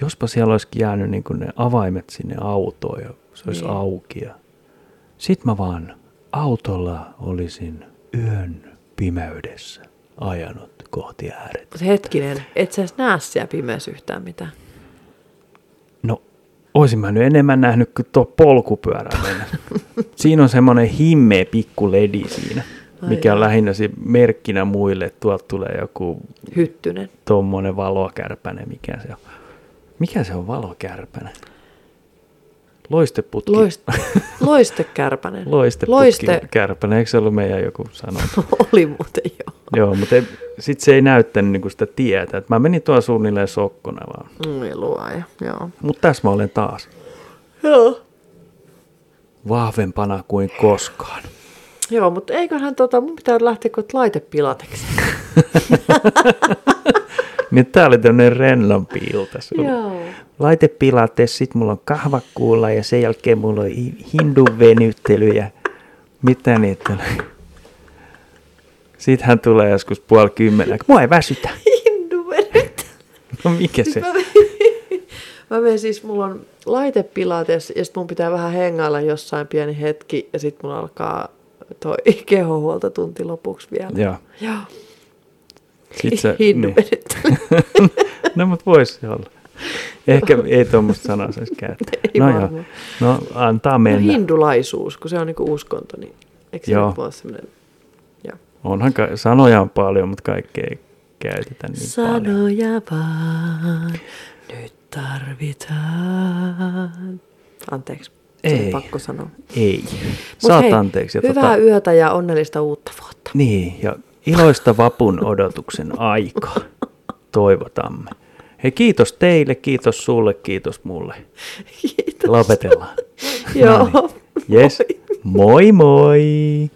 jospa siellä olisi jäänyt niin ne avaimet sinne autoon ja se olisi
Niin.
niin. auki. Ja... Sitten mä vaan autolla olisin yön pimeydessä ajanut kohti äärettä.
Mut Hetkinen, et sä edes näe siellä pimeässä yhtään mitään.
No, oisin mä nyt enemmän nähnyt kuin tuo polkupyörä mennä. siinä on semmoinen himmeä pikku ledi siinä,
Ai
mikä
joo.
on lähinnä se merkkinä muille, että tuolta tulee joku
Hyttynen.
tommonen valokärpäne, mikä se on. Mikä se on valokärpäne? Loisteputki.
Loist, loistekärpänen.
Loisteputki kärpäne, eikö se ollut meidän joku sanonta?
Oli muuten jo.
Joo, mutta sitten se ei näyttänyt niinku sitä tietä. Et mä menin tuon suunnilleen sokkona vaan.
Niin luoja, joo.
Mutta tässä mä olen taas.
Joo.
Vahvempana kuin koskaan.
Joo, mutta eiköhän tota, mun pitää lähteä kohta laitepilateksi.
Niin tää oli tämmönen rennompi ilta sulla.
Joo.
Laitepilates, sit mulla on kahvakuulla ja sen jälkeen mulla on hi- hindun venyttely ja mitä niitä on. Sitten hän tulee joskus puoli kymmenellä. Mua ei väsytä.
Hindu venyt.
No mikä se?
Mä, mä menen siis, mulla on laitepilates ja sit mun pitää vähän hengailla jossain pieni hetki ja sit mulla alkaa toi kehohuoltotunti lopuksi vielä.
Joo.
Joo.
Sit sä,
Hindu
niin. No mut vois se olla. Ehkä ei tuommoista sanaa saisi käyttää.
Ei
No
varmaan.
joo. No antaa
No
mennä.
hindulaisuus, kun se on niinku uskonto, niin eikö se
Joo. Niin
nyt ole semmoinen... Joo.
Onhan ka- sanoja on paljon, mutta kaikkea ei käytetä niin paljon.
Sanoja vaan, nyt tarvitaan. Anteeksi, se oli
Ei.
pakko sanoa.
Ei.
Mut
Saat
hei,
anteeksi. ja tota-
Hyvää yötä ja onnellista uutta vuotta.
Niin, ja iloista vapun odotuksen aikaa toivotamme. Hei, kiitos teille, kiitos sulle, kiitos mulle.
Kiitos.
Lopetellaan.
Joo.
No niin. Yes. Moi moi!